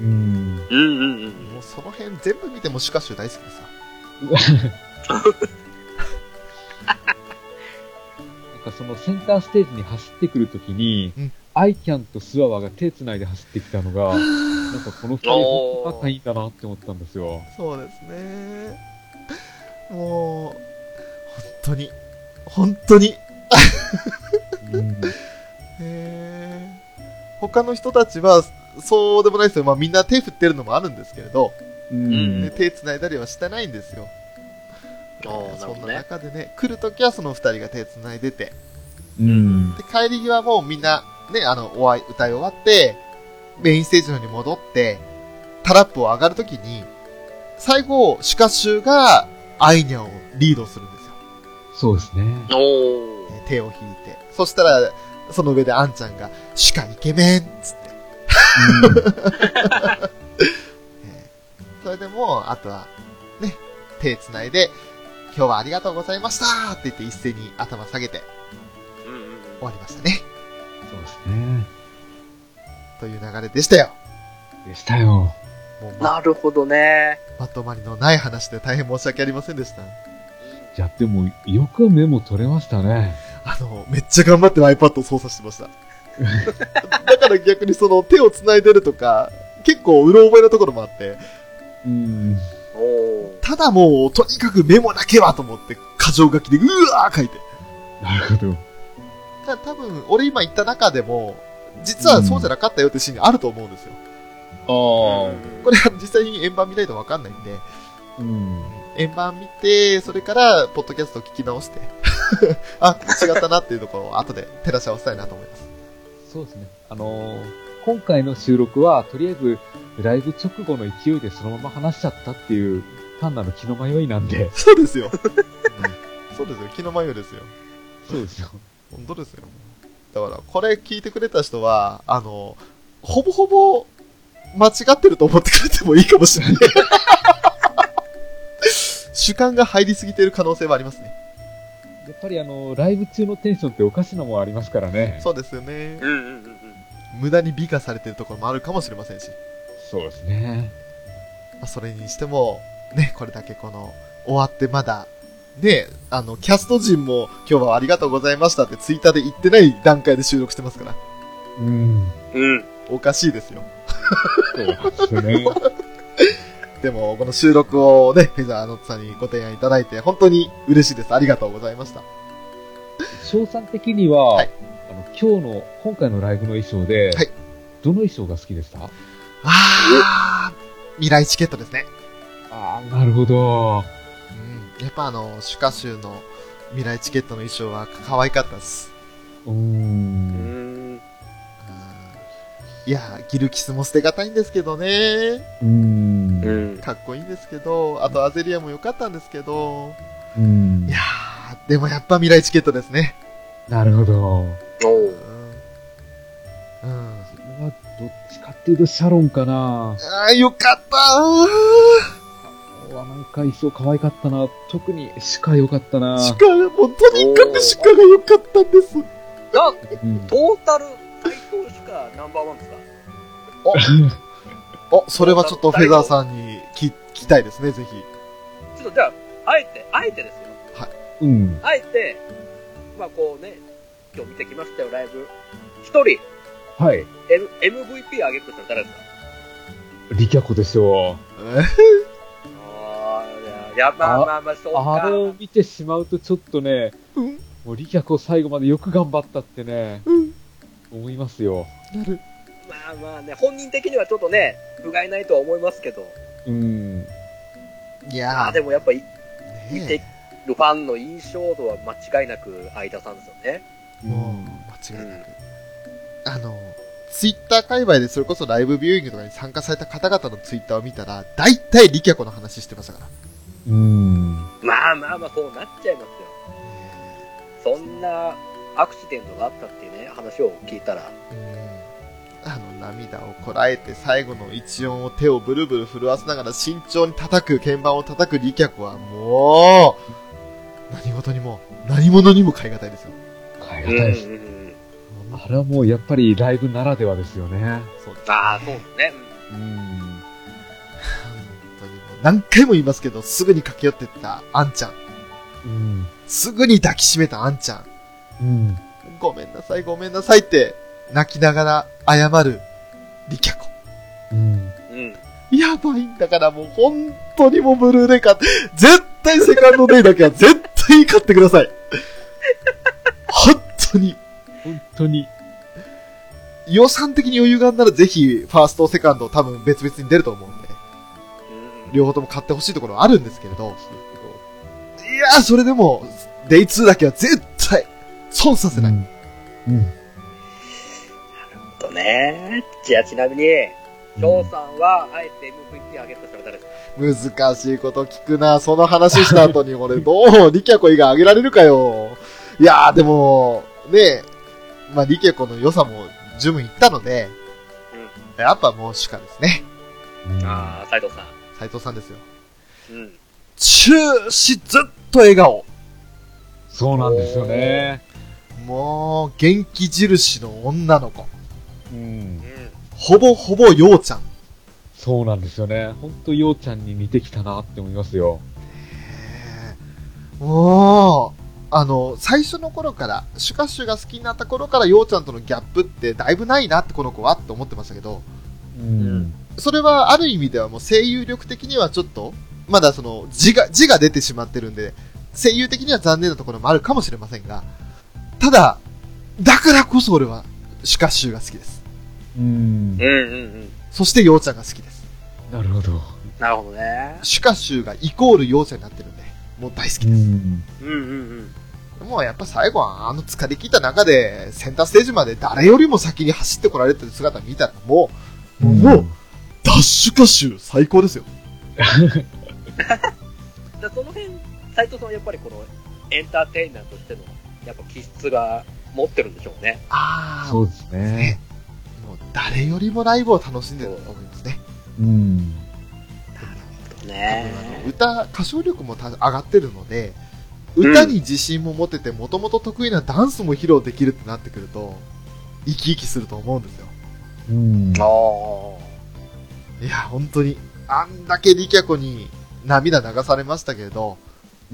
S2: うん。
S3: うんうんうん。
S1: もうその辺全部見てもシュカシュ大好きですわ。
S2: なんかそのセンターステージに走ってくるときに、
S1: うん
S2: アイキャンとスワワが手つないで走ってきたのが、なんかこの二人
S3: おー
S2: 本当仲いいんだなって思ったんですよ。
S1: そうですね。もう、本当に、本当に、
S2: うん。
S1: えー他の人たちは、そうでもないですよ。まあみんな手振ってるのもあるんですけれど、
S2: う
S1: ね
S2: ん。
S1: 手繋いだりはしてないんですよ。
S3: あーなる
S1: そ
S3: ほ
S1: ん
S3: ど
S1: な
S3: ね。
S1: 中でね、来るときはその二人が手繋いでて、
S2: うん。
S1: で、帰り際もうみんな、ね、あの、おわい歌い終わって、メインステージの方に戻って、タラップを上がるときに、最後、シュカシュが、アイニャをリードするんですよ。
S2: そうですね。
S3: おお。
S1: えー手を引いて。そしたら、その上でアンちゃんが、シュカイケメンっつって。それでもう、あとは、ね、手繋いで、今日はありがとうございましたって言って一斉に頭下げて
S3: うんうんうん。
S1: 終わりましたね。
S2: そうですね。
S1: という流れでしたよ。
S2: でしたよ。
S1: もうま、
S3: なるほどね。
S1: まとまりのない話で大変申し訳ありませんでした。
S2: いや、でも、よくメモ取れましたね。
S1: あの、めっちゃ頑張って iPad を操作してました。だから逆にその手を繋いでるとか、結構うろ覚えなところもあって、
S2: うん。
S3: おお。
S1: ただもう、とにかくメモだけはと思って、箇条書きでうわー書いて。
S2: なるほど。
S1: た多分、俺今言った中でも、実はそうじゃなかったよってシーンがあると思うんですよ。
S4: あ
S1: これは実際に円盤見ないとわかんないんで、
S2: うん。
S1: 円盤見て、それから、ポッドキャストを聞き直して、 (laughs) あ、違ったなっていうところを後で照らし合わせたいなと思います。
S2: そうですね。あのー今回の収録は、とりあえず、ライブ直後の勢いでそのまま話しちゃったっていう、単なる気の迷いなんで。
S1: そうですよ。そうですよ。気の迷いですよ。
S2: そうですよ。
S1: 本当ですよ。だから、これ聞いてくれた人は、あの、ほぼほぼ間違ってると思ってくれてもいいかもしれ (laughs) ない。主観が入りすぎてる可能性はありますね。
S2: やっぱりあのーライブ中のテンションっておかしなもんありますからね。
S1: そうですよね
S3: う。んうんうんうん。
S1: 無駄に美化されてるところもあるかもしれませんし。
S2: そうですね。
S1: まあそれにしても、ね、これだけこの、終わってまだ、ね、あの、キャスト陣も今日はありがとうございましたってツイッターで言ってない段階で収録してますから、
S2: うん。
S3: うん。
S1: おかしいですよ。
S2: そうですね。
S1: でも、この収録をね、フェザーノッツさんにご提案いただいて、本当に嬉しいです。ありがとうございました。
S2: 翔さん的には、
S1: はい
S2: あの今日の、今回のライブの衣装で、
S1: はい
S2: どの衣装が好きでした
S1: あー、未来チケットですね。
S2: ああ、なるほど。
S1: うん。やっぱあの、主歌集の未来チケットの衣装は可愛かったです。
S2: うー。
S3: うんん。
S1: いやー、ギルキスも捨てがたいんですけどね。
S2: うーん。
S3: う。
S2: うん
S1: かっこいいんですけど、あとアゼリアも良かったんですけど、
S2: ーん
S1: いやー、でもやっぱ未来チケットですね。
S2: なるほど。
S3: お
S1: う。
S3: うん
S1: うん。
S2: これはどっちかっていうとシャロンかな。
S1: あー、よかった
S2: うわなんか衣装可愛かったな。特に鹿良かったな。
S1: ー鹿が、もうとにかく鹿が良かったんです。
S3: な、
S2: うん
S3: トータル最強しかナンバーワンですか
S1: お、それはちょっとフェザーさんに聞き聞きたいですね、ぜひ。
S3: ちょっとじゃあ、あえて、あえてですよ。
S2: うん。
S3: あえて、まあこうね、今日見てきましたよ、ライブ。一人、
S2: はい。
S3: M、MVP あげるとしたら誰ですか
S2: リキャコでしょう。
S3: ああ、いや、まあまあまあ、そう
S2: あれを
S3: か。
S2: 見てしまうとちょっとね、
S1: うん
S2: もうリキャコ最後までよく頑張ったってね、
S1: うん。
S2: 思いますよ。
S1: なる。
S3: まあまあね、本人的にはちょっとね、不甲斐ないとは思いますけど、
S2: うん。
S1: い
S3: あ
S1: や
S3: あ、でもやっぱり、
S1: ー、
S3: 見て
S1: ね
S3: るファンの印象度は間違いなく相田さんですよね。
S1: えもう、間違いなく。あの、ツイッター界隈でそれこそライブビューイングとかに参加された方々のツイッターを見たら、大体リキャコの話してましたから。
S2: うん。
S3: まあまあまあ、そうなっちゃいますよ。そんなアクシデントがあったっていうね、話を聞いたら、
S1: うんあの涙をこらえて最後の一音を手をブルブル震わせながら慎重に叩く、鍵盤を叩くリキャコはもう、何事にも、何者にも変え難いですよ。
S2: 変え
S3: うん
S2: 難い
S3: うん
S2: です。
S3: うん、
S2: あれはもうやっぱりライブならではですよね。
S1: そうです
S3: ああ、そうですね。
S2: うん。
S1: 本当にもう何回も言いますけど、すぐに駆け寄ってったあんちゃん。
S2: うん。
S1: すぐに抱きしめたあんちゃん。
S2: うん。
S1: ごめんなさい、ごめんなさいって、泣きながら謝るリキャコ。
S2: うん。
S3: うん。
S1: やばいんだからもう本当にもうブルーレイ買って、絶対セカンドデイだけは絶対買ってください。本当に。
S2: 本当に。
S1: 予算的に余裕があるならぜひ、ファースト、セカンド多分別々に出ると思うんで、
S3: うん
S1: 両方とも買ってほしいところはあるんですけれど、いやー、それでも、デイ2だけは絶対、損させない。
S2: うん。うん。
S3: とね。じゃあちなみに、翔さんは、あえて MVP あげるとしたら誰ですか
S1: 難しいこと聞くな。その話した後に俺、どう、リキャコ以外あげられるかよ。いやー、でも、ねえ、まあ、リキャコの良さも十分いったので、やっぱもう主家ですね。
S2: うん
S3: ああ、斎藤さ
S1: 斉藤さんですよ。
S3: ん。うん。
S1: 終始ずっと笑顔。
S2: そうなんですよね。
S1: もう、元気印の女の子。
S2: うん。
S1: ほぼほぼようちゃん。
S2: そうなんですよね。ほんと、ようちゃんに似てきたなって思いますよ。
S1: もう、あの、最初の頃から、シュカシュが好きになった頃から、ようちゃんとのギャップってだいぶないなって、この子はって思ってましたけど、
S2: うん。
S1: それはある意味ではもう声優力的にはちょっと、まだその字が、字が出てしまってるんで、声優的には残念なところもあるかもしれませんが、ただ、だからこそ俺はシカシューが好きです。
S2: うん
S3: うんうんうん。
S1: そして陽ちゃんが好きです。
S2: なるほど。
S3: なるほどね。
S1: シュカシューがイコール陽ちゃんになってるんで、もう大好きです。
S2: ん。
S3: うんうん
S1: もうやっぱ最後はあの疲れ切った中で、センターステージまで誰よりも先に走ってこられてる姿見たらもう、もう、ダッシュカシュー最高ですよ。
S3: うん。だその辺、斎藤さんはやっぱりこのエンターテイナーとしての、やっぱ気質が持ってるんでしょうね。
S1: ああ、
S2: そうですね。
S1: もう誰よりもライブを楽しんでると思いますね。
S2: うん。
S1: 多分あの歌、歌唱力もた上がってるので、歌に自信も持てて、もともと得意なダンスも披露できるってなってくると、生き生きすると思うんですよ。
S2: うん。
S3: ああ。
S1: いや、本当に、あんだけリキャコに涙流されましたけれど、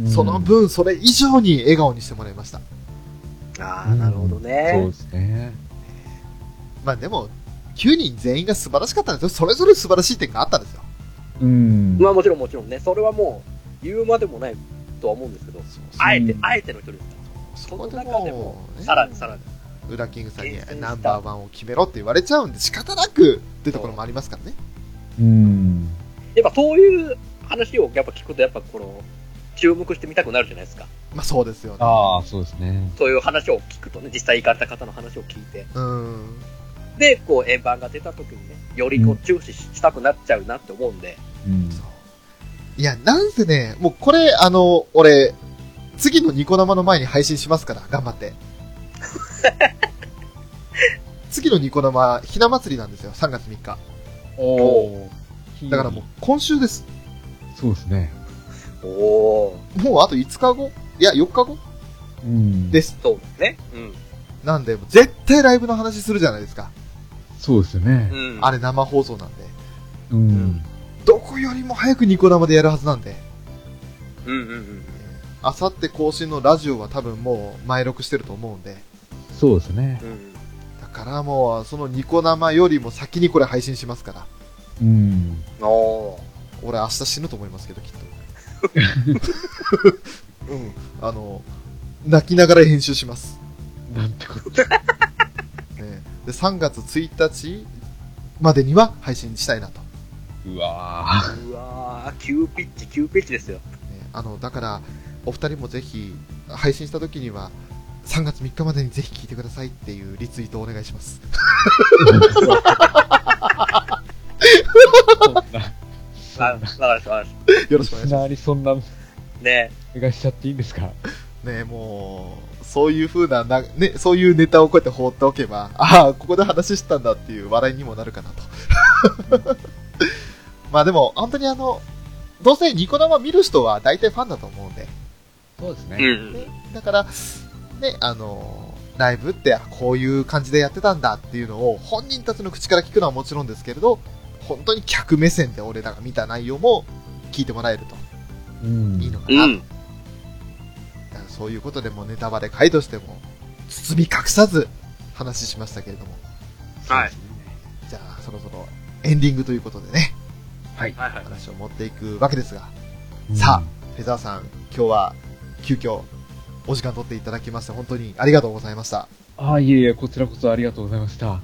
S1: その分、それ以上に笑顔にしてもらいました。
S3: あ
S2: う
S3: あ、
S2: ん、
S3: なるほ
S2: そ
S3: ど
S2: う
S3: ね
S2: で。すね。
S1: まあでも、9人全員が素晴らしかったんですよ。それぞれ素晴らしい点があったんですよ。
S2: うん。
S3: まあもちろんもちろんね、それはもう言うまでもないとは思うんですけど、あえて、あえての一人ですから
S1: そ
S3: こ
S1: こ
S3: の
S1: で
S3: 中でも
S1: もうね、
S3: さらにさらに。
S1: ウラキングさんに
S3: 厳選した
S1: ナンバーワンを決めろって言われちゃうんで、仕方なくってところもありますからね。
S2: うん。
S3: やっぱそういう話をやっぱ聞くと、やっぱこの、注目してみたくなるじゃないですか。
S1: まあそうですよね。
S2: ああ、そうですね。
S3: そういう話を聞くとね、実際行かれた方の話を聞いて。
S1: うん。
S3: で、こう、円盤が出た時にね、よりこ
S2: う
S3: うん注視したくなっちゃうなって思うんで。
S2: うん。
S1: いや、なんせね、もうこれ、あの、俺、次のニコ生の前に配信しますから、頑張って。 (laughs) 次のニコ生、ひな祭りなんですよ、3月3日。
S2: お
S1: だからもう、今週です。
S2: そうですね。
S3: おお
S1: もうあと5日後いや、4日後
S2: うん。
S1: です。
S3: そうですね。うん。
S1: なんで、絶対ライブの話するじゃないですか。
S2: そうですよね。
S3: うん。
S1: あれ生放送なんで。
S2: うん。
S1: どこよりも早くニコ生でやるはずなんで。
S3: うんうんうん。
S1: あさって更新のラジオは多分もう前録してると思うんで。
S2: そうですね
S3: う。ん。
S1: だからもう、そのニコ生よりも先にこれ配信しますから。
S2: うん。
S3: おお
S1: 俺明日死ぬと思いますけど、きっと。うん。あの、泣きながら編集します。
S2: なんてこと。
S1: ね、で3月1日までには配信したいなと。
S2: うわぁ。
S3: ー。うわー、急ピッチ、急ピッチですよ。
S1: ねあの、だから、お二人もぜひ、配信した時には、3月3日までにぜひ聞いてくださいっていうリツイートをお願いします。
S2: そん (laughs) な。
S3: あわかりました、わかりまし
S1: よろしくお願
S2: い
S1: い
S2: き
S1: しま
S2: なりそんな、
S3: た。ね
S2: お願いしちゃっていいんですか
S1: す。ねもう、そういう風なな、ね、そういうネタをこうやって放っておけば、ああ、ここで話したんだっていう笑いにもなるかなと。 (laughs) まあでも、本当にあの、どうせニコ生見る人は大体ファンだと思うんで、
S2: そうです
S3: うんう
S2: ね。
S1: ね
S3: ん。
S1: だから、ね、あの、ライブってあこういう感じでやってたんだっていうのを本人たちの口から聞くのはもちろんですけれど、本当に客目線で俺らが見た内容も聞いてもらえると
S2: うん
S1: いいのかなと。
S3: うん。
S1: だからそういうことでもうネタバレ回としても包み隠さず話しましたけれども、
S3: はい。
S1: じゃあそろそろエンディングということでね、
S3: はいはい。
S1: 話を持っていくわけですが、
S2: うん
S1: さあ、フェザーさん、今日は急遽お時間取っていただきまして本当にありがとうございました。
S2: ああ、いえいえ、こちらこそありがとうございました。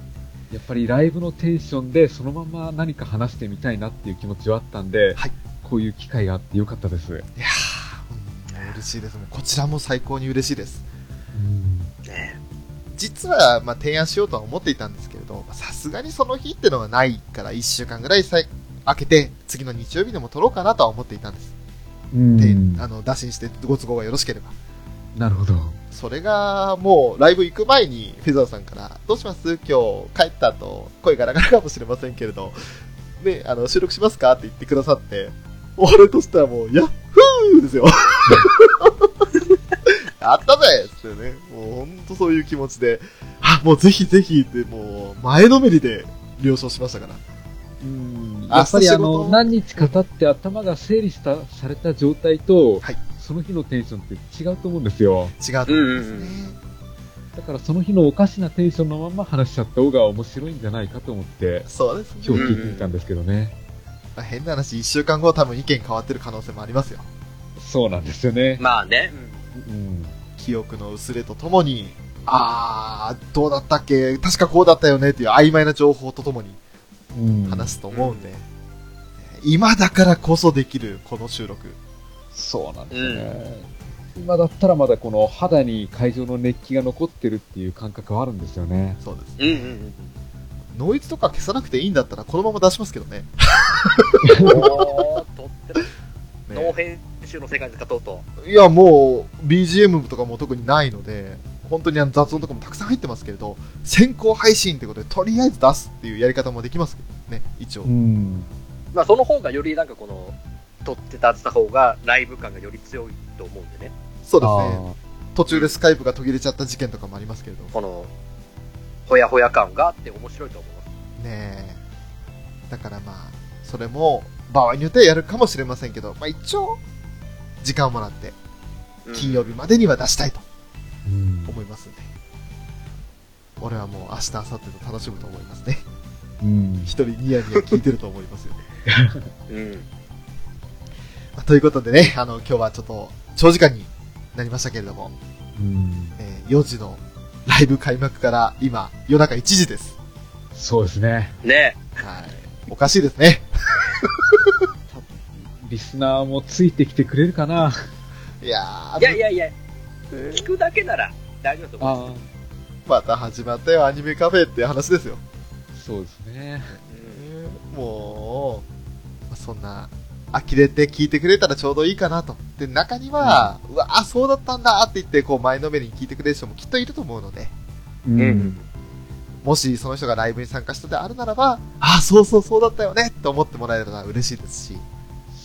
S2: やっぱりライブのテンションでそのまま何か話してみたいなっていう気持ちはあったんで、
S1: はい
S2: こういう機会があってよかったです。
S1: いやー、うん、嬉しいです。もうこちらも最高に嬉しいです。
S3: ね
S1: 実は、まあ、提案しようとは思っていたんですけれど、まあさすがにその日ってのがないから1週間ぐらいさい空けて、次の日曜日でも撮ろうかなとは思っていたんです。
S2: うん
S1: であの、打診してご都合がよろしければ。
S2: なるほど。
S1: それが、もう、ライブ行く前に、フェザーさんから、どうします今日、帰った後、声がラガラかもしれませんけれど、ね、あの、収録しますかって言ってくださって、終わるとしたらもう、ヤッフーですよ。 (laughs) やったぜってね、もうほんとそういう気持ちで、あ、もうぜひぜひって、もう、前のめりで了承しましたから。
S2: うん
S1: あ
S2: やっぱりあ
S1: 仕事
S2: の、何日か経って頭が整理した、された状態と、
S1: はい
S2: その日のテンションって違うと思うんですよ。
S1: 違うと思うんですね。
S2: だからその日のおかしなテンションのまま話しちゃった方が面白いんじゃないかと思って、
S1: そうですね。
S2: 今日聞いてみたんですけどね。
S1: まあ変な話、1週間後は多分意見変わってる可能性もありますよ。
S2: そうなんですよね。
S3: まあね。
S2: うん
S1: 記憶の薄れとともにあー、どうだったっけ確かこうだったよねっていう曖昧な情報とともに
S2: うん
S1: 話すと思うんで、今だからこそできるこの収録。
S2: そうなんですよね、今だったらまだこの肌に会場の熱気が残ってるっていう感覚はあるんですよね。
S1: そうです。
S3: うんうん
S1: ノイズとか消さなくていいんだったらこのまま出しますけどね。
S3: うん。おー、とっても、
S1: ね
S3: ノー編集の世界で勝とうと。
S1: いや、もう、BGM とかも特にないので、本当にあの雑音とかもたくさん入ってますけれど、先行配信ってことで、とりあえず出すっていうやり方もできますけどね、一応。
S2: うん。
S3: まあ、その方がよりなんかこの、撮って立てた方がライブ感がより強いと思うんでね。
S1: そうで
S2: あ
S1: すね。途中でスカイプが途切れちゃった事件とかもありますけれど、
S3: この、ほやほや感があって面白いと思います。
S1: ねえ。だからまあ、それも、場合によってはやるかもしれませんけど、まあ一応、時間をもらって、
S3: うん
S1: 金曜日までには出したいと
S2: ーうん
S1: 思いますんで。俺はもう明日、明後日と楽しむと思いますね。 (laughs)
S2: うん
S1: 一人ニヤニヤ聞いてると思いますよね。 (laughs)
S3: うん。
S1: まあということでね、あの、今日はちょっと長時間になりましたけれども、
S2: うん
S1: えー4時のライブ開幕から今、夜中1時です。
S2: そうですね。
S3: ね
S1: はい。おかしいですね。
S2: リスナーもついてきてくれるかない
S1: やー、
S3: いやいやいや、
S1: えー
S3: 聞くだけなら大丈夫だと思います。
S2: あ
S1: また始まったよ、アニメカフェっていう話ですよ。
S2: そうですね。
S3: うん
S1: もう、まあそんな、呆れて聞いてくれたらちょうどいいかなと。で、中には、うわあ、そうだったんだって言って、こう、前のめりに聞いてくれる人もきっといると思うので、
S2: うん
S3: うん
S1: もしその人がライブに参加したであるならば、ああ、そうそうそうだったよねって思ってもらえたら嬉しいですし、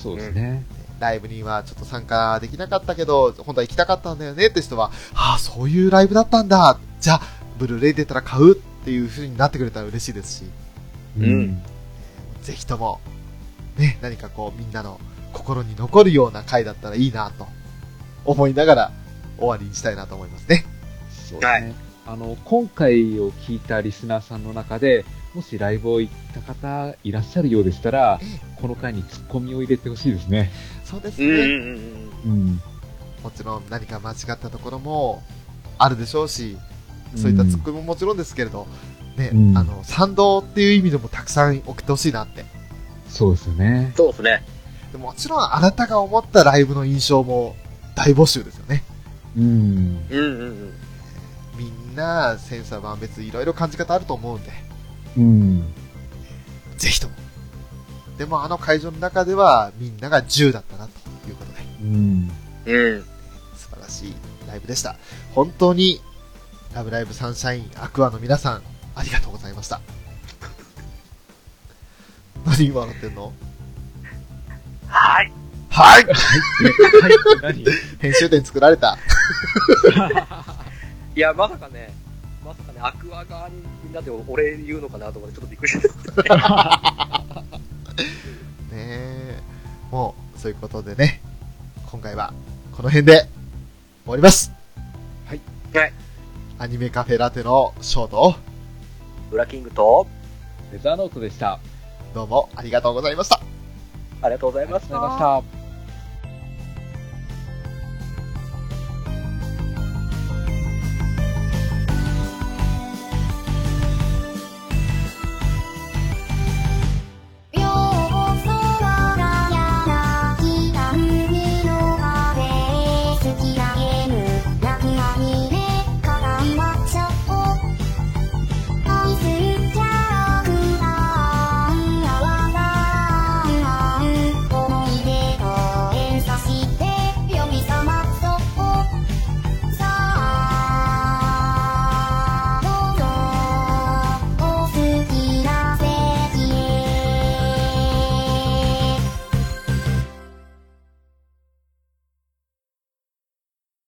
S2: そうですね。
S1: ライブにはちょっと参加できなかったけど、本当は行きたかったんだよねって人は、ああ、そういうライブだったんだ。じゃあ、ブルーレイ出たら買うっていう風になってくれたら嬉しいですし、
S3: んうん
S1: ぜひとも、ね、何かこう、みんなの心に残るような回だったらいいなと思いながら終わりにしたいなと思いますね。
S2: そうですね。あの、今回を聞いたリスナーさんの中で、もしライブを行った方いらっしゃるようでしたら、この回にツッコミを入れてほしいですね。
S1: そうです
S3: うんうん
S1: ね。
S3: うん
S2: うん。
S1: もちろん何か間違ったところもあるでしょうし、そういったツッコミももちろんですけれど、ね、
S2: うん
S1: あの、賛同っていう意味でもたくさん送ってほしいなって。
S2: そうですよね。
S3: そうですね。
S1: でもちろんあなたが思ったライブの印象も大募集ですよね。
S2: うん。
S3: うんうんうん。
S1: みんな、センサー万別いろいろ感じ方あると思うんで、
S2: うん。
S1: ぜひとも。でもあの会場の中ではみんなが10だったなということで、 (laughs)
S2: うん。
S3: うん。
S1: 素晴らしいライブでした。本当に、ラブライブサンシャイン、アクアの皆さん、ありがとうございました。 (laughs) 何笑ってんの
S3: はい。
S1: はい
S2: 何
S1: 編集点作られた。
S3: いや、まさかね、まさかね、アクア側にみんなで俺言うのかなと思って、ちょっとびっくりした。
S1: ねえ。もう、そういうことでね、今回はこの辺で終わります。はい。
S3: はい。
S1: アニメカフェラテのショートを
S3: ブラキングと、
S2: レザーノートでした。あ
S1: どうもありがとうございました。
S3: ありがとうござい
S2: りが
S3: ま
S2: と
S3: し。
S2: うございましたた。